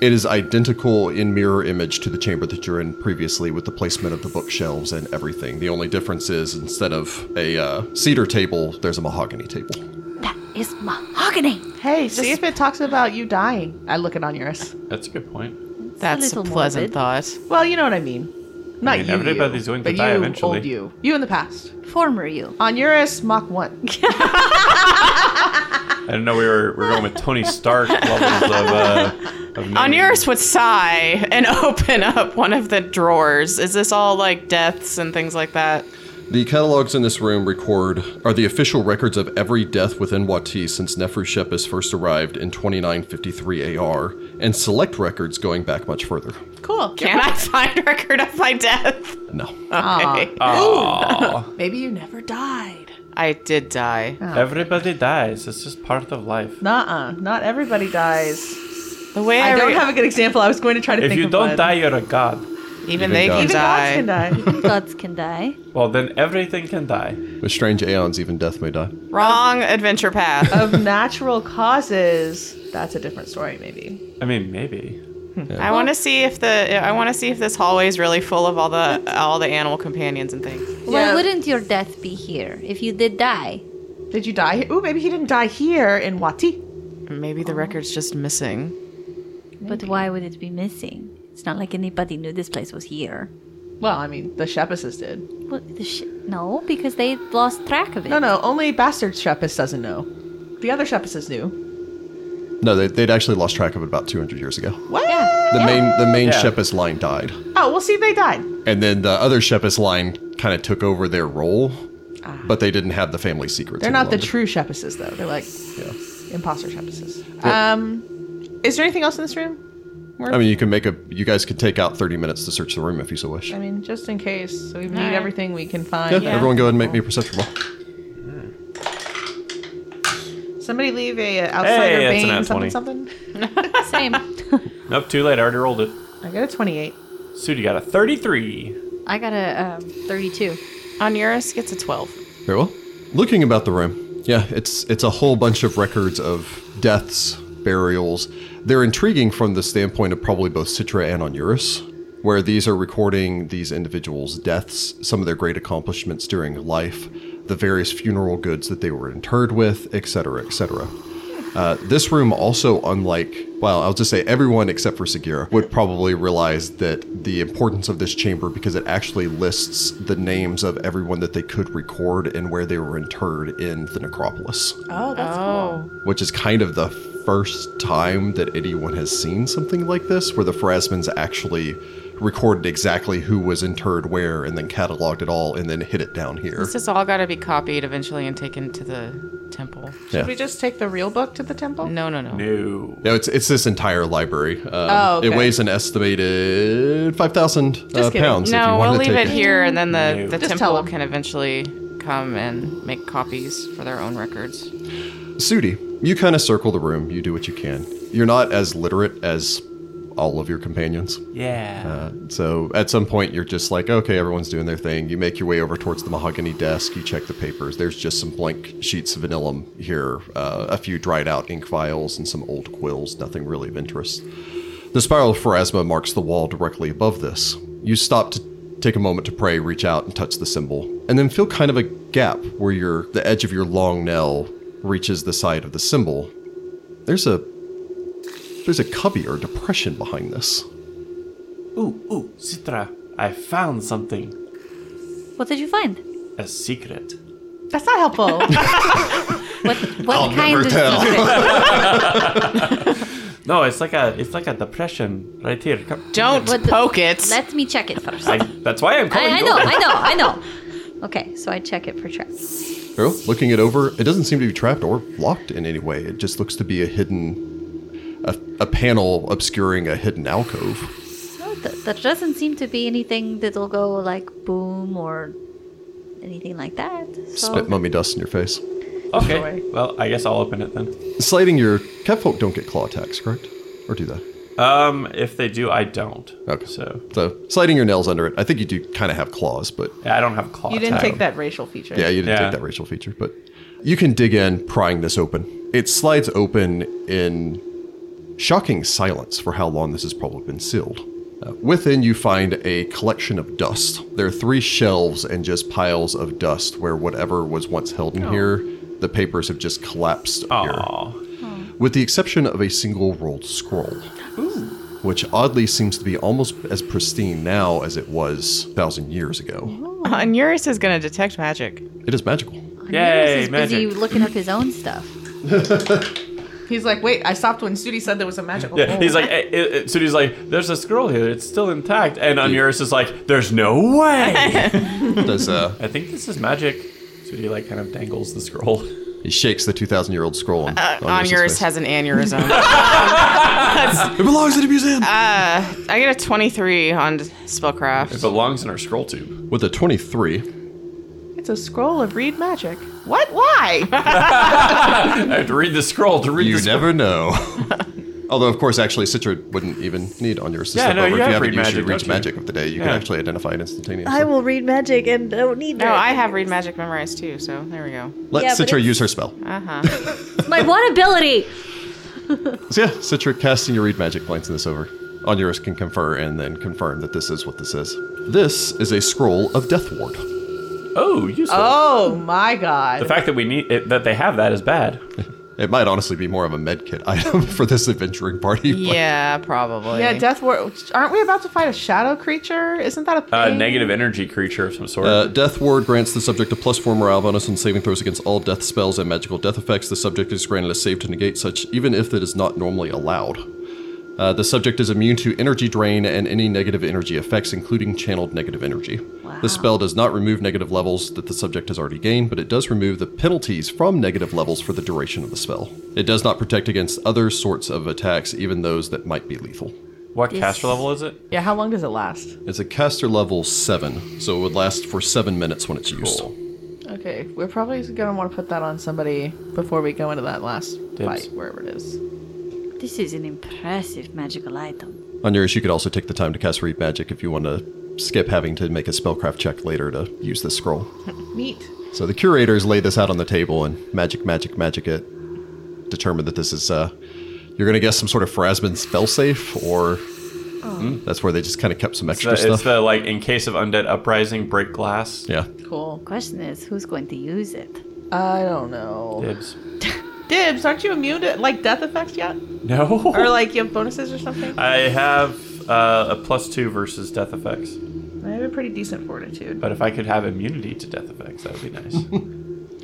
Speaker 1: It is identical in mirror image to the chamber that you're in previously with the placement of the bookshelves and everything. The only difference is instead of a uh, cedar table, there's a mahogany table.
Speaker 3: That is mahogany.
Speaker 5: hey, see if it talks about you dying. I look at Onuris.
Speaker 4: That's a good point.
Speaker 2: That's a,
Speaker 3: little
Speaker 2: pleasant
Speaker 3: morbid.
Speaker 2: thought.
Speaker 5: Well, you know what I mean. Not
Speaker 4: mean,
Speaker 5: you. you,
Speaker 4: everybody's going to
Speaker 5: but
Speaker 4: die
Speaker 5: you,
Speaker 4: eventually.
Speaker 5: Old you. You in the past.
Speaker 3: Former you.
Speaker 5: Onuris Mach 1.
Speaker 4: I didn't know we were we were going with Tony Stark levels of uh of name.
Speaker 2: Onuris would sigh and [laughs] open up one of the drawers. Is this all like deaths and things like that?
Speaker 1: The catalogs in this room record are the official records of every death within Wati since Nefrushepis first arrived in 2953 AR, and select records going back much further.
Speaker 5: [laughs] Cool.
Speaker 2: Can I find [laughs] record of my death?
Speaker 1: No.
Speaker 5: Ah.
Speaker 2: Okay.
Speaker 4: Uh-huh. Aw.
Speaker 5: Maybe you never died.
Speaker 2: I did die.
Speaker 4: Everybody dies. It's just part
Speaker 5: [laughs]
Speaker 4: of life.
Speaker 5: Nuh-uh. Not everybody dies.
Speaker 2: The way I,
Speaker 5: I don't
Speaker 2: re-
Speaker 5: have a good example. I was going to try to
Speaker 4: If
Speaker 5: think
Speaker 4: you
Speaker 5: of
Speaker 4: don't
Speaker 5: one.
Speaker 4: die, you're a god.
Speaker 2: even they
Speaker 1: Even
Speaker 2: can
Speaker 5: Even
Speaker 2: die.
Speaker 5: gods [laughs] can die.
Speaker 3: Gods can die.
Speaker 4: Well, then everything can die.
Speaker 1: With strange aeons, even death may die.
Speaker 2: Wrong adventure path.
Speaker 5: of natural causes, that's a different story, maybe.
Speaker 4: I mean, maybe.
Speaker 2: I want to see if the I want to see if this hallway is really full of all the all the animal companions and things.
Speaker 3: Why
Speaker 5: Yeah.
Speaker 3: wouldn't your death be here if you did die?
Speaker 5: Did you die here? Ooh, maybe he didn't die here in Wati.
Speaker 2: Maybe the record's just missing.
Speaker 3: But why would it be missing? It's not like anybody knew this place was here.
Speaker 5: Well, I mean, the Shepises did.
Speaker 3: What the shit? No, because they lost track of it.
Speaker 5: No, no, only Bastard Shepis doesn't know. The other Shepises knew.
Speaker 1: No, they, they'd actually lost track of it about 200 years ago.
Speaker 5: What?
Speaker 1: The main the main
Speaker 4: Yeah.
Speaker 1: Shepis line died,
Speaker 5: Oh, well, see, they died.
Speaker 1: and then the other Shepis line kind of took over their role, but they didn't have the family secrets.
Speaker 5: Ah. They're
Speaker 1: any
Speaker 5: not the
Speaker 1: longer.
Speaker 5: true Shepises, though. They're like
Speaker 1: Yeah.
Speaker 5: imposter Shepises. Um, is there anything else in this room?
Speaker 1: I mean, you can make a. You guys could take out 30 minutes to search the room if you so wish.
Speaker 5: I mean, just in case. So we need
Speaker 2: Alright.
Speaker 5: everything we can
Speaker 1: Yeah,
Speaker 5: find.
Speaker 1: everyone go ahead and make me a perception roll.
Speaker 5: Somebody leave a, uh, outsider
Speaker 4: Hey, it's an
Speaker 5: bane
Speaker 4: at
Speaker 5: something
Speaker 4: 20.
Speaker 5: something.
Speaker 3: Same.
Speaker 5: [laughs]
Speaker 4: Nope, too late. I already rolled it.
Speaker 5: I got a twenty-eight.
Speaker 4: Sudi got a 33.
Speaker 3: I got a um, 32.
Speaker 2: Onuris gets a 12.
Speaker 1: Very well. Looking about the room, yeah, it's it's a whole bunch of records of deaths, burials. They're intriguing from the standpoint of probably both Citra and Onuris, where these are recording these individuals' deaths, some of their great accomplishments during life, the various funeral goods that they were interred with, etc., etc. Uh, this room also, unlike, well, I'll just say everyone except for Sagira would probably realize that the importance of this chamber because it actually lists the names of everyone that they could record and where they were interred in the necropolis,
Speaker 5: Oh, that's
Speaker 2: Oh.
Speaker 1: which is kind of the first time that anyone has seen something like this, where the Phrasmans actually recorded exactly who was interred where and then cataloged it all and then hid it down here.
Speaker 2: This has all got to be copied eventually and taken to the temple.
Speaker 5: Should
Speaker 1: Yeah.
Speaker 5: we just take the real book to the temple?
Speaker 2: No, no, no.
Speaker 4: No.
Speaker 1: No, it's it's this entire library. Um,
Speaker 5: Oh, okay.
Speaker 1: It weighs an estimated five thousand uh,
Speaker 5: Just kidding.
Speaker 1: pounds. if
Speaker 2: No,
Speaker 1: you
Speaker 2: we'll
Speaker 1: wanted to
Speaker 2: leave
Speaker 1: take
Speaker 2: it here, and then the,
Speaker 4: No.
Speaker 2: the
Speaker 5: Just tell
Speaker 2: temple
Speaker 5: 'em.
Speaker 2: can eventually come and make copies for their own records.
Speaker 1: Sudi, you kind of circle the room. You do what you can. You're not as literate as all of your companions,
Speaker 4: Yeah.
Speaker 1: uh, so at some point you're just like, okay, everyone's doing their thing. You make your way over towards the mahogany desk. You check the papers. There's just some blank sheets of vellum here, uh, a few dried out ink vials, and some old quills. Nothing really of interest. The spiral of pharasma marks the wall directly above this. You stop to take a moment to pray, reach out, and touch the symbol, and then feel kind of a gap where your the edge of your long nail reaches the side of the symbol. There's a there's a cubby or depression behind this.
Speaker 4: ooh, ooh, Citra, I found something.
Speaker 3: What did you find?
Speaker 4: A secret.
Speaker 5: That's not
Speaker 4: [laughs]
Speaker 5: helpful.
Speaker 1: [laughs]
Speaker 3: What, what
Speaker 1: I'll
Speaker 3: kind
Speaker 1: never
Speaker 3: of
Speaker 1: tell. [laughs]
Speaker 3: secret?
Speaker 4: No, it's like a it's like a depression right here. Come.
Speaker 2: Don't
Speaker 3: What the-
Speaker 2: poke it. [laughs]
Speaker 3: Let me check it first.
Speaker 4: I,
Speaker 3: I,
Speaker 4: that's why I'm calling
Speaker 3: I
Speaker 4: you
Speaker 3: know,
Speaker 4: over.
Speaker 3: I know, I know.
Speaker 1: [laughs]
Speaker 3: Okay, so I check it for traps.
Speaker 1: Well, looking it over, it doesn't seem to be trapped or locked in any way. It just looks to be a hidden, a, a panel obscuring a hidden alcove.
Speaker 3: No, th- there doesn't seem to be anything that'll go like boom or anything like that. So
Speaker 1: Spit mummy dust in your face.
Speaker 4: [laughs] Okay. Well, I guess I'll open it then.
Speaker 1: Slating your catfolk don't get claw attacks, correct? Or do that?
Speaker 4: Um, if they do, I don't.
Speaker 1: Okay.
Speaker 4: So
Speaker 1: So sliding your nails under it. I think you do kind of have claws, but
Speaker 4: I don't have claw.
Speaker 5: you didn't
Speaker 4: attack.
Speaker 5: take that racial feature.
Speaker 1: yeah, you didn't
Speaker 4: Yeah.
Speaker 1: take that racial feature. But you can dig in, prying this open. It slides open in shocking silence for how long this has probably been sealed. Uh, within, you find a collection of dust. There are three shelves and just piles of dust where whatever was once held in here, the papers have just collapsed here
Speaker 4: Oh. Aw.
Speaker 1: with the exception of a single rolled scroll, which oddly seems to be almost as pristine now as it was a thousand years ago.
Speaker 2: Onuris is going to detect magic.
Speaker 1: It is magical.
Speaker 4: Yay,
Speaker 3: Yay, is busy
Speaker 4: magic.
Speaker 3: looking up his own stuff.
Speaker 5: He's like, wait, I stopped when Sudi said there was a magical.
Speaker 4: Yeah,
Speaker 5: bowl."
Speaker 4: he's like, eh, eh, eh, so he's like, there's a scroll here, it's still intact. And Onuris is like, there's no
Speaker 5: [laughs]
Speaker 4: way.
Speaker 1: Does uh,
Speaker 4: I think this is magic. So he like kind of dangles the scroll.
Speaker 1: he shakes the two thousand year old scroll? [laughs] On,
Speaker 2: Uh,
Speaker 1: on Urs's
Speaker 2: Onuris
Speaker 1: face.
Speaker 2: has an aneurysm.
Speaker 1: [laughs] It belongs in a museum.
Speaker 2: Uh, I get a 23 on spellcraft.
Speaker 4: It belongs in our scroll tube.
Speaker 1: With a twenty three,
Speaker 5: it's a scroll of read magic.
Speaker 2: what? Why?
Speaker 4: I have to read the scroll to read
Speaker 1: you
Speaker 4: the scroll.
Speaker 1: never know.
Speaker 2: [laughs]
Speaker 1: Although, of course, actually, Citra wouldn't even need on yours to
Speaker 4: Yeah,
Speaker 1: step
Speaker 4: no,
Speaker 1: over.
Speaker 4: you
Speaker 1: if
Speaker 4: have
Speaker 1: you haven't
Speaker 4: read
Speaker 1: used
Speaker 4: magic,
Speaker 1: your reach
Speaker 4: don't you?
Speaker 1: magic of the day, you can
Speaker 4: Yeah.
Speaker 1: actually identify it instantaneously.
Speaker 6: I will read magic and I don't need
Speaker 2: [laughs] no,
Speaker 6: that.
Speaker 2: I have read magic memorized too, so there we go.
Speaker 1: Let
Speaker 6: Yeah, but
Speaker 1: Citra
Speaker 6: it's-
Speaker 1: use her spell.
Speaker 2: Uh huh.
Speaker 3: It's my one ability.
Speaker 1: So yeah, Citra casting your read magic points in this over. Onuris can confer and then confirm that this is what this is. This is a scroll of death ward.
Speaker 4: Oh, useful.
Speaker 5: Oh my
Speaker 4: The
Speaker 5: god.
Speaker 4: fact that we need it, that they have that is bad.
Speaker 1: It might honestly be more of a medkit [laughs] item for this adventuring party. but-
Speaker 2: yeah, probably.
Speaker 5: Yeah, Death Ward. Aren't we about to fight a shadow creature? Isn't that a thing?
Speaker 4: A Uh, negative energy creature of some sort.
Speaker 1: Uh, death ward grants the subject a plus four morale bonus on saving throws against all death spells and magical death effects. The subject is granted a save to negate such, even if it is not normally allowed. Uh, the subject is immune to energy drain and any negative energy effects, including channeled negative energy. The spell does not remove negative levels that the subject has already gained, but it does remove the penalties from negative levels for the duration of the spell. It does not protect against other sorts of attacks, even those that might be lethal.
Speaker 4: what
Speaker 3: this-
Speaker 4: caster level is it?
Speaker 5: Yeah, how long does it last?
Speaker 1: It's a caster level 7, so it would last for 7 minutes when it's used.
Speaker 4: Cool.
Speaker 5: Okay, we're probably gonna want to put that on somebody before we go into that last fight, wherever it is.
Speaker 3: This is an impressive magical item.
Speaker 1: Onuris, you could also take the time to cast Read Magic if you want to skip having to make a spellcraft check later to use this scroll.
Speaker 5: Neat.
Speaker 1: So the curators lay this out on the table and magic, magic, magic it. Determine that this is, uh, you're going to guess some sort of Phrasman spell safe, or that's where they just kind of kept some
Speaker 4: It's
Speaker 1: extra
Speaker 4: the, it's
Speaker 1: stuff.
Speaker 4: the, like in case of undead uprising, break glass.
Speaker 1: yeah.
Speaker 5: Cool.
Speaker 3: Question is, who's going to use it?
Speaker 5: I don't know.
Speaker 4: Dibs.
Speaker 5: Dibs, aren't you immune to like death effects yet?
Speaker 4: No.
Speaker 5: Or like you have bonuses or something?
Speaker 4: I have uh, a plus two versus death effects,
Speaker 5: I have a pretty decent fortitude.
Speaker 4: but if I could have immunity to death effects, that would
Speaker 1: [laughs]
Speaker 4: be nice.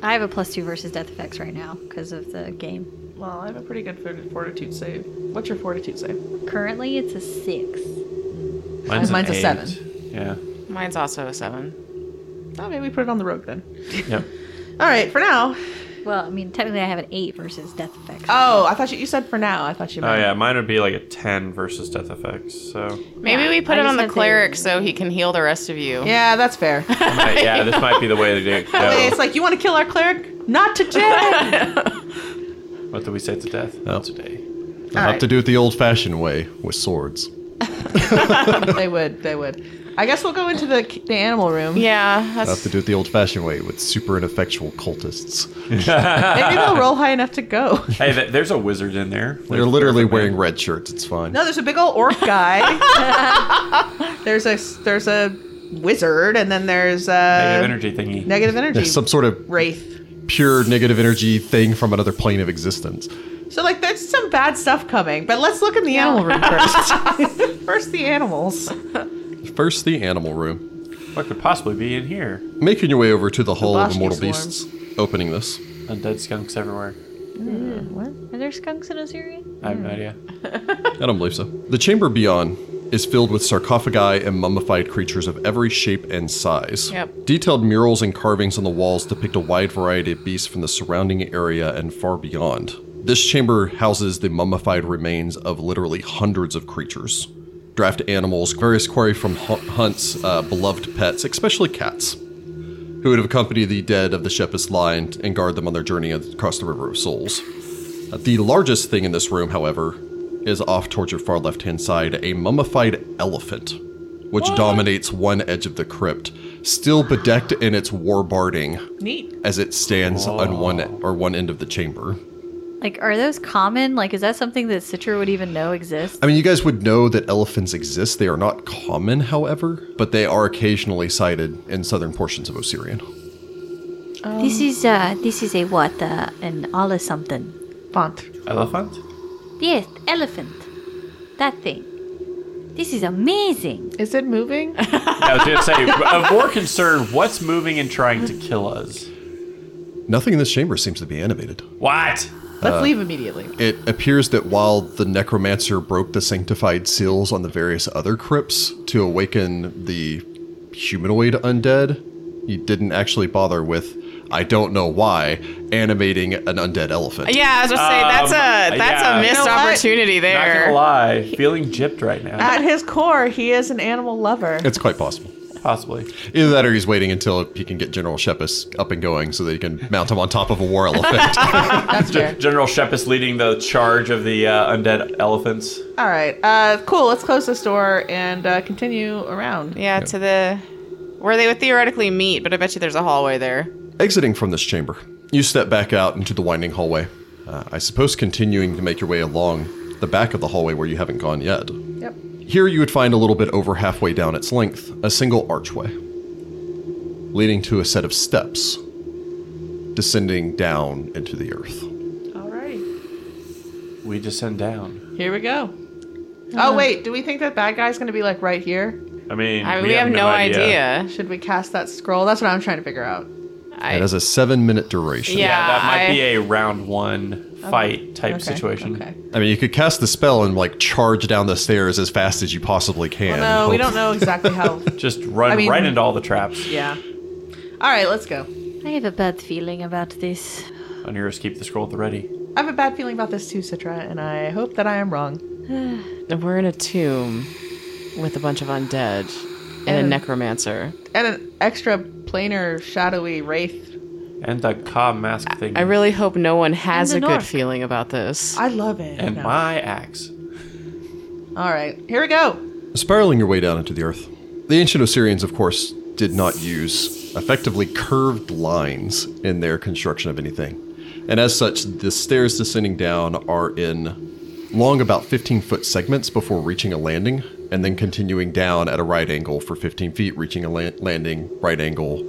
Speaker 3: I have a plus two versus death effects right now because of the game.
Speaker 5: Well, I have a pretty good fort- fortitude save. What's your fortitude save?
Speaker 3: Currently, it's a six.
Speaker 4: Mine's, an
Speaker 5: Mine's a
Speaker 4: eight.
Speaker 5: seven.
Speaker 4: Yeah.
Speaker 2: Mine's also a seven.
Speaker 5: Oh, maybe we put it on the rogue then.
Speaker 4: Yep.
Speaker 5: All right, for now.
Speaker 3: Well, I mean, technically, I have an eight versus death effects.
Speaker 5: Oh, I thought you, you said for now. I thought you
Speaker 4: Oh
Speaker 5: meant.
Speaker 4: yeah, mine would be like a ten versus death effects.
Speaker 5: [laughs]
Speaker 4: So
Speaker 2: Maybe
Speaker 3: Yeah,
Speaker 2: we put
Speaker 3: I
Speaker 2: it
Speaker 3: just
Speaker 2: on the
Speaker 3: had to-
Speaker 2: cleric so he can heal the rest of you.
Speaker 5: Yeah, that's fair.
Speaker 4: Might- yeah, this might be the way to
Speaker 5: [laughs]
Speaker 4: do it.
Speaker 5: Hey, it's
Speaker 4: Go.
Speaker 5: like you want to kill our cleric? Not today.
Speaker 4: What do we say to death?
Speaker 1: Oh.
Speaker 4: Today.
Speaker 1: I'll have
Speaker 5: right.
Speaker 1: to do it the old fashioned way with swords.
Speaker 5: they would. They would. I guess we'll go into the the animal room.
Speaker 2: Yeah,
Speaker 1: I'll have
Speaker 2: that's
Speaker 1: to do it the old fashioned way with super ineffectual cultists.
Speaker 5: Maybe they'll roll high enough to go.
Speaker 4: Hey, th- there's a wizard in there.
Speaker 1: They're literally wearing red shirts. It's fine.
Speaker 5: No, there's a big old orc [laughs] guy. there's a there's a wizard, and then there's
Speaker 4: negative
Speaker 5: a
Speaker 4: energy thingy.
Speaker 5: negative energy,
Speaker 1: There's some sort of
Speaker 5: wraith.
Speaker 1: pure negative energy thing from another plane of existence.
Speaker 5: So like, there's some bad stuff coming. But let's look in the animal
Speaker 3: [laughs]
Speaker 5: room first. first, the animals.
Speaker 1: First, the animal room.
Speaker 4: what could possibly be in here?
Speaker 1: Making your way over to the Hall of
Speaker 5: Boschke
Speaker 1: Immortal
Speaker 5: swarm.
Speaker 1: Beasts, opening this.
Speaker 4: Undead skunks everywhere.
Speaker 3: Are there skunks in Osiria?
Speaker 4: I have no
Speaker 5: Hmm.
Speaker 4: idea.
Speaker 1: I don't believe so. The chamber beyond is filled with sarcophagi and mummified creatures of every shape and size.
Speaker 2: Yep.
Speaker 1: Detailed murals and carvings on the walls depict a wide variety of beasts from the surrounding area and far beyond. This chamber houses the mummified remains of literally hundreds of creatures. Draft animals, various quarry from hu- hunts, uh, beloved pets, especially cats, who would have accompanied the dead of the Shepis line and guard them on their journey across the River of Souls. Uh, The largest thing in this room, however, is off towards your far left hand side a mummified elephant, which dominates one edge of the crypt, still bedecked in its war barding
Speaker 5: Neat.
Speaker 1: as it stands on one or one end of the chamber.
Speaker 3: Like, are those common? Like, is that something that Citra would even know exists?
Speaker 1: I mean, you guys would know that elephants exist. They are not common, however, but they are occasionally sighted in southern portions of Osirian.
Speaker 3: This is uh, this is a what? Uh, an all something.
Speaker 5: Font.
Speaker 4: Elephant?
Speaker 3: Yes, elephant. That thing. This is amazing.
Speaker 5: Is it [laughs] moving?
Speaker 4: I was gonna say, of more concern, what's moving and trying to kill us?
Speaker 1: Nothing in this chamber seems to be animated.
Speaker 4: What?
Speaker 1: Uh,
Speaker 5: Let's leave immediately.
Speaker 1: It appears that while the necromancer broke the sanctified seals on the various other crypts to awaken the humanoid undead, he didn't actually bother with, I don't know why, animating an undead elephant.
Speaker 2: yeah. I was gonna say that's
Speaker 4: Um,
Speaker 2: a that's
Speaker 4: yeah.
Speaker 2: a missed
Speaker 5: You know what?
Speaker 2: opportunity
Speaker 4: Not
Speaker 2: there.
Speaker 4: gonna lie, feeling gypped right now.
Speaker 5: At his core, he is an animal lover.
Speaker 1: It's quite possible.
Speaker 4: Possibly.
Speaker 1: Either that or he's waiting until he can get General Shepis up and going so that he can mount him on top of a war elephant.
Speaker 5: That's fair.
Speaker 4: General Shepis leading the charge of the uh, undead elephants.
Speaker 5: All right. Uh, cool. Let's close this door and uh, continue around.
Speaker 2: Yeah, to the where they would theoretically meet, but I bet you there's a hallway there.
Speaker 1: Exiting from this chamber, you step back out into the winding hallway. Uh, I suppose continuing to make your way along the back of the hallway where you haven't gone yet.
Speaker 5: Yep.
Speaker 1: Here you would find a little bit over halfway down its length a single archway, leading to a set of steps descending down into the earth.
Speaker 5: All right.
Speaker 4: We descend down.
Speaker 5: Here we go. Oh wait, do we think that bad guy's gonna be like right here?
Speaker 4: I mean,
Speaker 2: I mean, we, have, no idea.
Speaker 5: Should we cast that scroll? That's what I'm trying to figure out.
Speaker 2: I,
Speaker 1: It has a seven minute duration.
Speaker 2: Yeah.
Speaker 4: Yeah, that might
Speaker 2: I-
Speaker 4: be a round one fight type
Speaker 5: Okay,
Speaker 4: situation.
Speaker 5: Okay.
Speaker 1: I mean, you could cast the spell and like charge down the stairs as fast as you possibly can.
Speaker 5: No, we
Speaker 1: Hope-
Speaker 5: don't know exactly
Speaker 4: [laughs]
Speaker 5: how.
Speaker 4: Just run
Speaker 5: I mean-
Speaker 4: right into all the traps.
Speaker 5: yeah. All right, let's go.
Speaker 3: I have a bad feeling about this.
Speaker 4: Onuris, keep the scroll at the ready.
Speaker 5: I have a bad feeling about this too, Citra, and I hope that I am wrong.
Speaker 2: We're in a tomb with a bunch of undead and a necromancer.
Speaker 5: And an extra planar shadowy wraith
Speaker 4: and the cob mask thing.
Speaker 2: I really hope no one has a
Speaker 3: In the
Speaker 2: good
Speaker 3: north.
Speaker 2: feeling about this.
Speaker 5: I love it.
Speaker 4: and
Speaker 5: No.
Speaker 4: my axe.
Speaker 5: All right, here we go.
Speaker 1: Spiraling your way down into the earth. The ancient Assyrians, of course, did not use effectively curved lines in their construction of anything. And as such, the stairs descending down are in long, about 15 foot segments before reaching a landing, and then continuing down at a right angle for 15 feet, reaching a la- landing, right angle.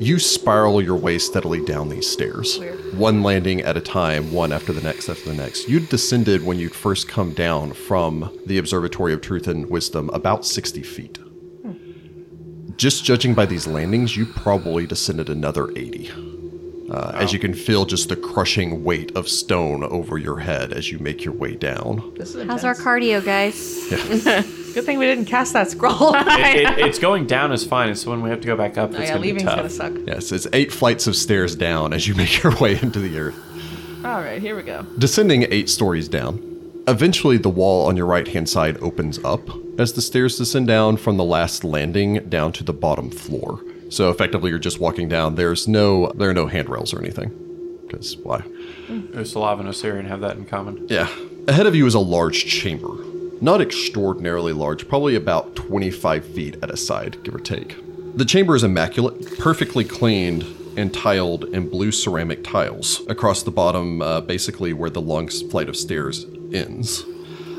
Speaker 1: You spiral your way steadily down these stairs, one landing at a time, one after the next after the next. You'd descended when you'd first come down from the Observatory of Truth and Wisdom about 60 feet. Just judging by these landings, you probably descended another 80. Uh, As you can feel just the crushing weight of stone over your head as you make your way down.
Speaker 5: This is
Speaker 3: How's
Speaker 5: intense.
Speaker 3: our cardio, guys?
Speaker 5: Good thing we didn't cast that scroll. [laughs] Oh,
Speaker 4: It, it, [laughs] it's going down is fine. It's when we have to go back
Speaker 2: Oh,
Speaker 4: up. It's
Speaker 5: yeah,
Speaker 4: gonna be
Speaker 5: leaving's
Speaker 4: tough.
Speaker 5: gonna suck.
Speaker 1: Yes, it's eight flights of stairs down as you make your way into the earth.
Speaker 5: All right, here we go.
Speaker 1: Descending eight stories down, eventually the wall on your right hand side opens up as the stairs descend down from the last landing down to the bottom floor. So effectively, you're just walking down. There's no there are no handrails or anything, because why?
Speaker 4: Usalav and Osirian have that in common.
Speaker 1: Yeah. Ahead of you is a large chamber, not extraordinarily large, probably about 25 feet at a side, give or take. The chamber is immaculate, perfectly cleaned and tiled in blue ceramic tiles across the bottom, uh, basically where the long s- flight of stairs ends.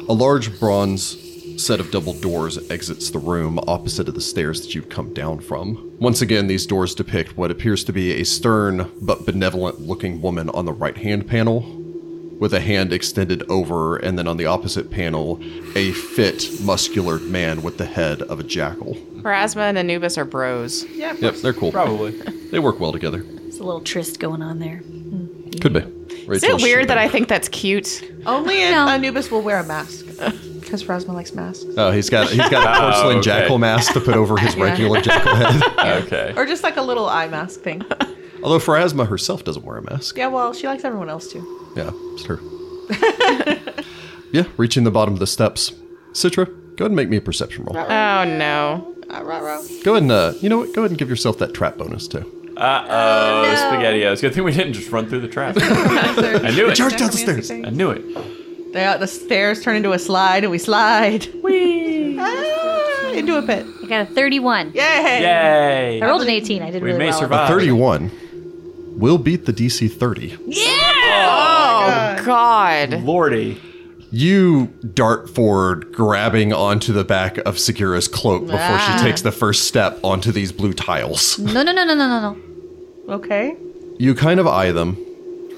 Speaker 1: A large bronze set of double doors exits the room opposite of the stairs that you've come down from. Once again, these doors depict what appears to be a stern but benevolent looking woman on the right hand panel, with a hand extended over, and then on the opposite panel, a fit, muscular man with the head of a jackal.
Speaker 2: Parasma and Anubis are bros.
Speaker 5: Yeah,
Speaker 1: Yep, they're cool.
Speaker 4: Probably.
Speaker 1: They work well together.
Speaker 3: There's a little tryst going on there.
Speaker 1: Could be.
Speaker 2: Is it weird that I think that's cute?
Speaker 5: only if
Speaker 3: No.
Speaker 5: Anubis will wear a
Speaker 4: [laughs]
Speaker 5: mask because Rasma likes masks,
Speaker 1: Oh, he's got he's got
Speaker 2: [laughs]
Speaker 1: a
Speaker 4: Oh,
Speaker 1: porcelain
Speaker 4: okay.
Speaker 1: jackal mask to put over his regular jackal head.
Speaker 4: [laughs] okay.
Speaker 5: or just like a little eye mask
Speaker 4: [laughs]
Speaker 5: thing.
Speaker 1: Although Phrasma herself doesn't wear a mask.
Speaker 5: Yeah, well, she likes everyone else too.
Speaker 1: Yeah, it's her. yeah, reaching the bottom of the steps. Citra, go ahead and make me a perception roll.
Speaker 2: Oh no.
Speaker 5: Ah, rah, rah.
Speaker 1: Go ahead and uh, you know what? Go ahead and give yourself that trap bonus too.
Speaker 4: Uh oh, SpaghettiOs. Good thing we didn't just run through
Speaker 2: [laughs]
Speaker 4: the trap. I knew it.
Speaker 1: Jerk down the
Speaker 5: Jeremy has to
Speaker 1: stairs.
Speaker 5: say-
Speaker 4: I knew it.
Speaker 5: They are, the stairs turn into a slide, and we slide. Whee! Ah, into a pit.
Speaker 3: I got a 31.
Speaker 5: Yay!
Speaker 4: Yay!
Speaker 3: I rolled an 18. I did
Speaker 4: We
Speaker 3: really
Speaker 4: may
Speaker 3: well.
Speaker 2: Ah,
Speaker 4: survive.
Speaker 1: Thirty-one will beat the DC thirty.
Speaker 2: Oh god.
Speaker 4: Lordy.
Speaker 1: You dart forward, grabbing onto the back of Sekira's cloak before
Speaker 2: Ah.
Speaker 1: she takes the first step onto these blue tiles.
Speaker 3: No, no, no, no, no, no, no.
Speaker 5: Okay.
Speaker 1: You kind of eye them.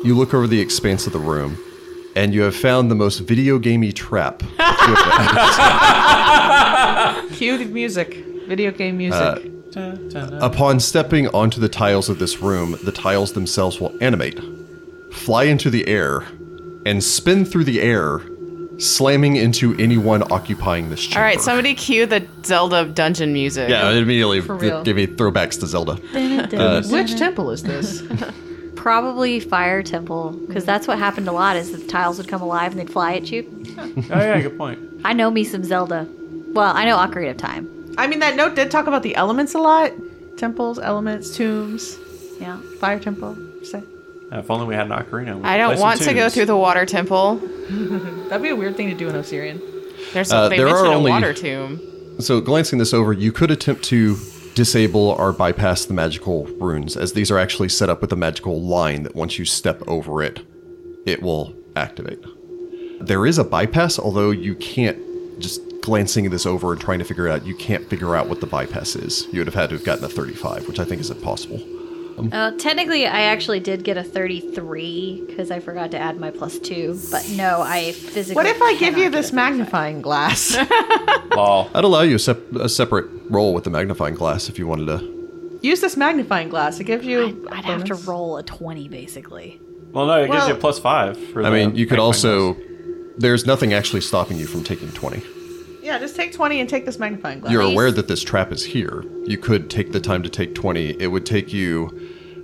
Speaker 1: You look over the expanse of the room, and you have found the most video gamey trap.
Speaker 5: Cue music. Video game music.
Speaker 4: Uh,
Speaker 1: Upon stepping onto the tiles of this room, the tiles themselves will animate, fly into the air, and spin through the air, slamming into anyone occupying this chamber.
Speaker 2: All right, somebody cue the Zelda dungeon music.
Speaker 1: Yeah, it immediately
Speaker 5: real.
Speaker 1: gave me throwbacks to Zelda. Uh,
Speaker 5: Which temple is this?
Speaker 3: Probably fire temple, because that's what happened a lot. Is the tiles would come alive and they'd fly at you.
Speaker 4: Oh yeah, good point.
Speaker 3: I know me some Zelda. Well, I know Ocarina of Time.
Speaker 5: [laughs] I mean, that note did talk about the elements a lot. Temples, elements, tombs,
Speaker 3: Yeah.
Speaker 5: fire temple. Say.
Speaker 4: Uh, if only we had an ocarina. we
Speaker 2: I
Speaker 4: could
Speaker 2: don't
Speaker 4: play some
Speaker 2: want to go
Speaker 4: tunes.
Speaker 2: through the water temple.
Speaker 5: That'd be a weird thing to do in Osirian.
Speaker 2: There's
Speaker 1: Uh,
Speaker 2: something
Speaker 1: there
Speaker 2: they
Speaker 1: are
Speaker 2: mentioned
Speaker 1: only-
Speaker 2: a water tomb.
Speaker 1: So, glancing this over, you could attempt to disable or bypass the magical runes, as these are actually set up with a magical line that once you step over it, it will activate. There is a bypass, although you can't just glancing this over and trying to figure it out, you can't figure out what the bypass is. You would have had to have gotten a 35, which I think is impossible.
Speaker 3: Uh, technically, I actually did get a 33 because I forgot to add my plus two. But no, I physically.
Speaker 5: What if I give
Speaker 3: cannot
Speaker 5: you
Speaker 3: get
Speaker 5: this
Speaker 3: it.
Speaker 5: magnifying [laughs] glass?
Speaker 4: Lol.
Speaker 1: I'd allow you a, sep- a separate roll with the magnifying glass if you wanted to.
Speaker 5: Use this magnifying glass. It gives you.
Speaker 3: I'd, I'd have to
Speaker 5: bonus.
Speaker 3: roll a 20, basically.
Speaker 4: Well, no, it gives
Speaker 5: Well-
Speaker 4: you a plus five. For
Speaker 1: I
Speaker 4: the
Speaker 1: mean, you could
Speaker 4: Uh, magnifying
Speaker 1: also.
Speaker 4: glass.
Speaker 1: There's nothing actually stopping you from taking 20.
Speaker 5: Yeah, just take 20 and take this magnifying glass.
Speaker 1: You're
Speaker 3: Nice.
Speaker 1: aware that this trap is here. You could take the time to take 20. It would take you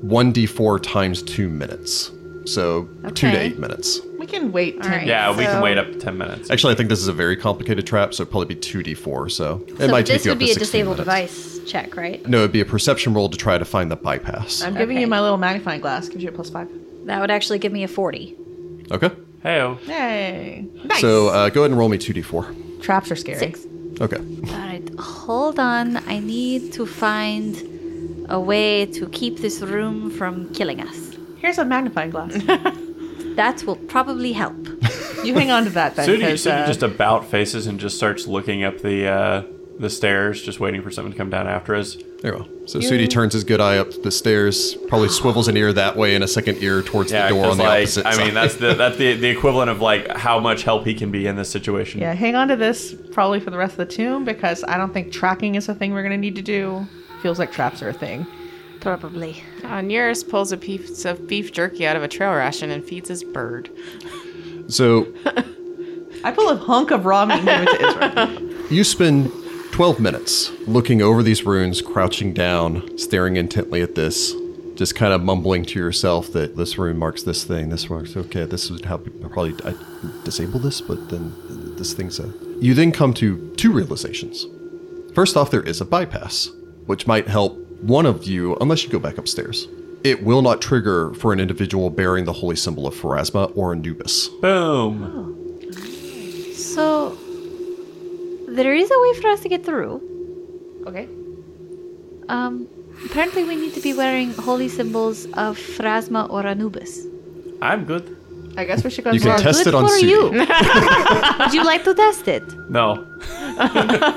Speaker 1: 1d4 times 2 minutes. So 2 to
Speaker 3: Okay.
Speaker 1: 8 minutes.
Speaker 5: we We can wait ten.
Speaker 2: All right.
Speaker 4: Yeah, we can
Speaker 2: So-
Speaker 4: wait up to 10 minutes.
Speaker 1: Actually, I think this is a very complicated trap, so it'd probably be 2d4, so it
Speaker 3: so
Speaker 1: might take
Speaker 3: this
Speaker 1: you
Speaker 3: would
Speaker 1: up to
Speaker 3: be a
Speaker 1: 16
Speaker 3: disabled
Speaker 1: minutes.
Speaker 3: device check, right?
Speaker 1: No, it'd be a perception roll to try to find the bypass.
Speaker 5: I'm giving
Speaker 3: Okay.
Speaker 5: you my little magnifying glass. Gives you a plus five.
Speaker 3: That would actually give me a 40.
Speaker 1: okay.
Speaker 4: Hey,
Speaker 5: Yay! Nice.
Speaker 1: So uh, go ahead and roll me 2d4.
Speaker 5: traps are scary.
Speaker 3: Six.
Speaker 1: Okay.
Speaker 3: All right, hold on. I need to find a way to keep this room from killing us.
Speaker 5: Here's a magnifying glass.
Speaker 3: That will
Speaker 1: [laughs]
Speaker 3: probably help.
Speaker 5: you hang on to that then.
Speaker 4: Sudi,
Speaker 5: 'cause,
Speaker 4: Sudi
Speaker 5: uh,
Speaker 4: just about faces and just starts looking up the uh, the stairs, just waiting for someone to come down after us.
Speaker 1: There you go. So Sudi turns his good eye up the stairs, probably swivels an ear that way and a second ear towards
Speaker 4: Yeah,
Speaker 1: the door
Speaker 4: 'cause,
Speaker 1: on the
Speaker 4: like,
Speaker 1: opposite
Speaker 4: I
Speaker 1: side.
Speaker 4: mean, that's the that's the, the equivalent of like how much help he can be in this situation.
Speaker 5: yeah, hang on to this probably for the rest of the tomb because I don't think tracking is a thing we're gonna need to do. Feels like traps are a thing.
Speaker 3: Probably.
Speaker 2: Uh, Nearest pulls a piece of beef jerky out of a trail ration and feeds his bird.
Speaker 1: so
Speaker 5: I pull a hunk of raw meat and give it to Israel.
Speaker 1: you spend 12 minutes looking over these runes, crouching down, staring intently at this, just kind of mumbling to yourself that this rune marks this thing, this marks, okay, this would help. I probably I disable this, but then this thing's a. You then come to two realizations. First off, there is a bypass, which might help one of you unless you go back upstairs. It will not trigger for an individual bearing the holy symbol of Pharasma or Anubis.
Speaker 4: Boom.
Speaker 3: So, there is a way for us to get through.
Speaker 5: Okay.
Speaker 3: Um, apparently, we need to be wearing holy symbols of Phrasma or Anubis.
Speaker 4: I'm good.
Speaker 5: I guess we should go.
Speaker 1: You can
Speaker 5: explore.
Speaker 1: test
Speaker 3: Good
Speaker 1: it on [laughs]
Speaker 3: for
Speaker 1: Sudi.
Speaker 3: you. Would you like to test it?
Speaker 4: No.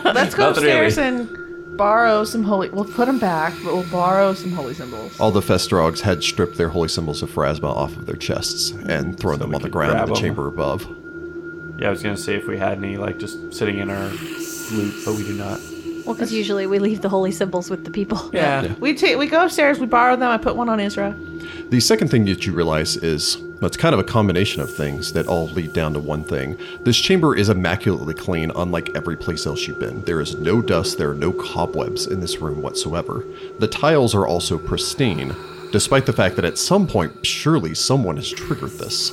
Speaker 5: Let's go
Speaker 4: Not really.
Speaker 5: upstairs and borrow some holy. We'll put them back, but we'll borrow some holy symbols.
Speaker 1: All the Festrogs had stripped their holy symbols of Phrasma off of their chests and thrown them
Speaker 4: we
Speaker 1: on the
Speaker 4: could
Speaker 1: ground in
Speaker 4: grab
Speaker 1: the
Speaker 4: 'em.
Speaker 1: chamber above.
Speaker 4: Yeah, I was gonna see if we had any like just sitting in our loot, but we do not.
Speaker 3: Well, because usually we leave the holy symbols with the people.
Speaker 4: Yeah.
Speaker 5: We take. We go upstairs. We borrow them. I put one on Israel.
Speaker 1: The second thing that you realize is well, it's kind of a combination of things that all lead down to one thing. This chamber is immaculately clean, unlike every place else you've been. There is no dust, there are no cobwebs in this room whatsoever. The tiles are also pristine, despite the fact that at some point, surely someone has triggered this.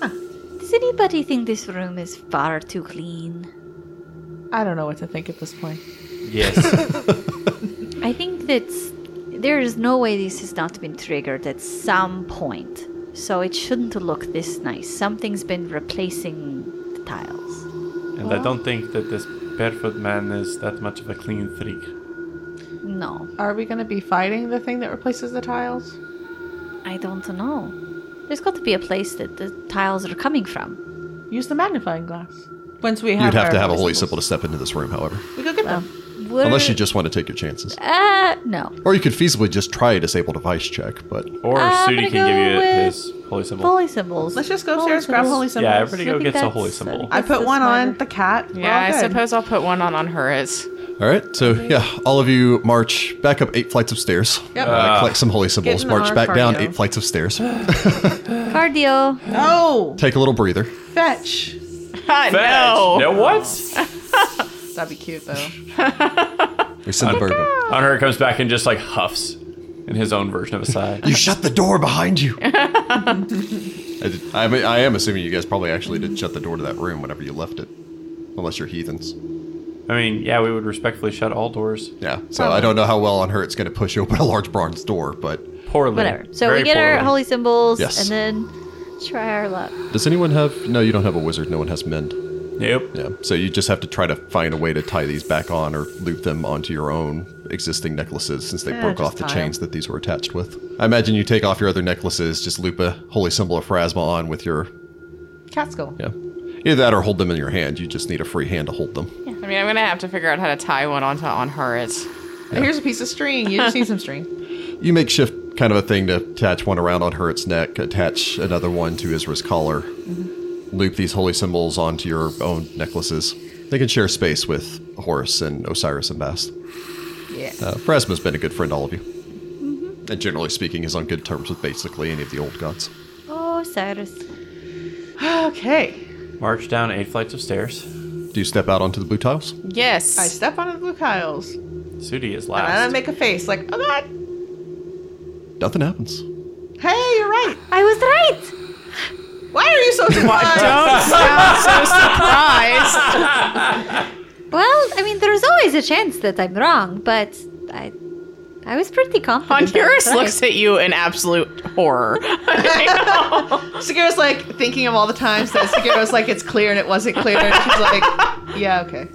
Speaker 3: Does anybody think this room is far too clean?
Speaker 5: I don't know what to think at this point.
Speaker 4: Yes.
Speaker 3: I think that there is no way this has not been triggered at some point. So it shouldn't look this nice. Something's been replacing the tiles.
Speaker 4: and I don't think that this barefoot man is that much of a clean freak.
Speaker 3: No,
Speaker 5: Are we going to be fighting the thing that replaces the tiles?
Speaker 3: I don't know. There's got to be a place that the tiles are coming from.
Speaker 5: Use the magnifying glass. Once we have,
Speaker 1: You'd have
Speaker 5: our
Speaker 1: to have a holy symbol
Speaker 5: symbols.
Speaker 1: to step into this room, however.
Speaker 5: We go get them.
Speaker 3: We're-
Speaker 1: Unless you just want to take your chances.
Speaker 3: Uh, no.
Speaker 1: Or you could feasibly just try a disable device check, but
Speaker 4: Or
Speaker 3: I'm
Speaker 4: Sudi
Speaker 3: gonna
Speaker 4: can give you
Speaker 3: go with
Speaker 4: his holy symbol.
Speaker 3: Holy symbols.
Speaker 5: Let's just go upstairs, grab holy symbols.
Speaker 4: yeah, everybody
Speaker 3: I
Speaker 4: go
Speaker 3: think
Speaker 4: gets a
Speaker 3: that's-
Speaker 4: holy
Speaker 3: I
Speaker 4: symbol.
Speaker 3: think
Speaker 5: I put
Speaker 3: That's
Speaker 5: one on
Speaker 3: smarter.
Speaker 5: the cat. We're
Speaker 2: Yeah,
Speaker 5: all
Speaker 2: I
Speaker 5: good.
Speaker 2: suppose I'll put one on on [laughs] hers.
Speaker 1: All right, so yeah, all of you march back up eight flights of stairs.
Speaker 5: Yep.
Speaker 1: Uh,
Speaker 4: Ah.
Speaker 1: collect some holy
Speaker 5: Get
Speaker 1: symbols.
Speaker 5: in
Speaker 1: March
Speaker 5: our
Speaker 1: back down
Speaker 5: cardio.
Speaker 1: eight flights of [gasps] stairs.
Speaker 3: Cardio.
Speaker 5: No!
Speaker 1: Take a little breather.
Speaker 5: Fetch!
Speaker 2: Ah,
Speaker 4: Fetch.
Speaker 2: no.
Speaker 4: no what?
Speaker 5: That'd be cute, though.
Speaker 1: We send the bird. up.
Speaker 4: On her comes back and just like huffs in his own version of
Speaker 1: [laughs]
Speaker 4: a sigh.
Speaker 1: You shut the door behind you. [laughs] I, did- I mean, I am assuming you guys probably actually did shut the door to that room whenever you left it, unless you're heathens.
Speaker 4: I mean, yeah, we would respectfully shut all doors.
Speaker 1: Yeah. So I don't know how well on her it's going to push open a large bronze door, but
Speaker 4: Poorly.
Speaker 3: Whatever. So
Speaker 4: Very
Speaker 3: we get our
Speaker 4: poorly.
Speaker 3: holy symbols
Speaker 1: Yes.
Speaker 3: and then try our luck.
Speaker 1: does anyone have? No, you don't have a wizard. No one has mend.
Speaker 4: Nope.
Speaker 1: Yeah. So you just have to try to find a way to tie these back on or loop them onto your own existing necklaces since they
Speaker 5: Yeah,
Speaker 1: broke
Speaker 5: just
Speaker 1: off the
Speaker 5: tie
Speaker 1: chains that these were attached with. I imagine you take off your other necklaces, just loop a holy symbol of Phrasma on with your.
Speaker 5: Cat skull.
Speaker 1: Yeah. Either that or hold them in your hand. You just need a free hand to hold them.
Speaker 2: I mean, I'm gonna have to figure out how to tie one onto on hers.
Speaker 5: [laughs] Here's a piece of string. You just need some string.
Speaker 1: You make shift kind of a thing to attach one around on Hurt's neck, attach another one to Isra's collar,
Speaker 5: Mm-hmm.
Speaker 1: loop these holy symbols onto your own necklaces. They can share space with Horus and Osiris and Bast.
Speaker 5: [laughs] Yeah.
Speaker 1: Uh, Phrasma's been a good friend to all of you. And generally speaking, is on good terms with basically any of the old gods.
Speaker 3: Oh, Cyrus.
Speaker 5: [gasps] Okay.
Speaker 4: March down eight flights of stairs.
Speaker 1: Do you step out onto the blue tiles?
Speaker 2: Yes.
Speaker 5: I step on the blue tiles. And
Speaker 4: Sudi is
Speaker 5: I
Speaker 4: last.
Speaker 5: make a face like, oh god!
Speaker 1: Nothing happens.
Speaker 5: Hey, you're right!
Speaker 3: I was right!
Speaker 5: Why are [laughs] you so surprised? [laughs]
Speaker 2: sound so surprised.
Speaker 3: Well, I mean, there's always a chance that I'm wrong, but I, I was pretty confident. that
Speaker 2: Honduras
Speaker 3: I was
Speaker 2: looks at you in absolute horror. I know.
Speaker 5: Sagiro's like thinking of all the times that Sagiro's like it's clear and it wasn't clear, and she's like, [laughs] yeah, okay.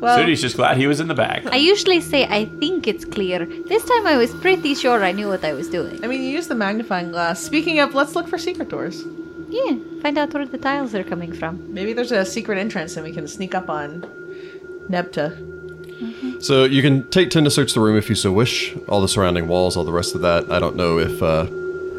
Speaker 3: Well,
Speaker 4: Sudi's just glad he was in the back.
Speaker 3: I usually say I think it's clear. This time I was pretty sure I knew what I was doing.
Speaker 5: I mean, you use the magnifying glass. Speaking of, let's look for secret doors.
Speaker 3: Yeah, find out where the tiles are coming from.
Speaker 5: Maybe there's a secret entrance and we can sneak up on Nebta.
Speaker 1: So you can take 10 to search the room if you so wish. All the surrounding walls, all the rest of that. I don't know if uh,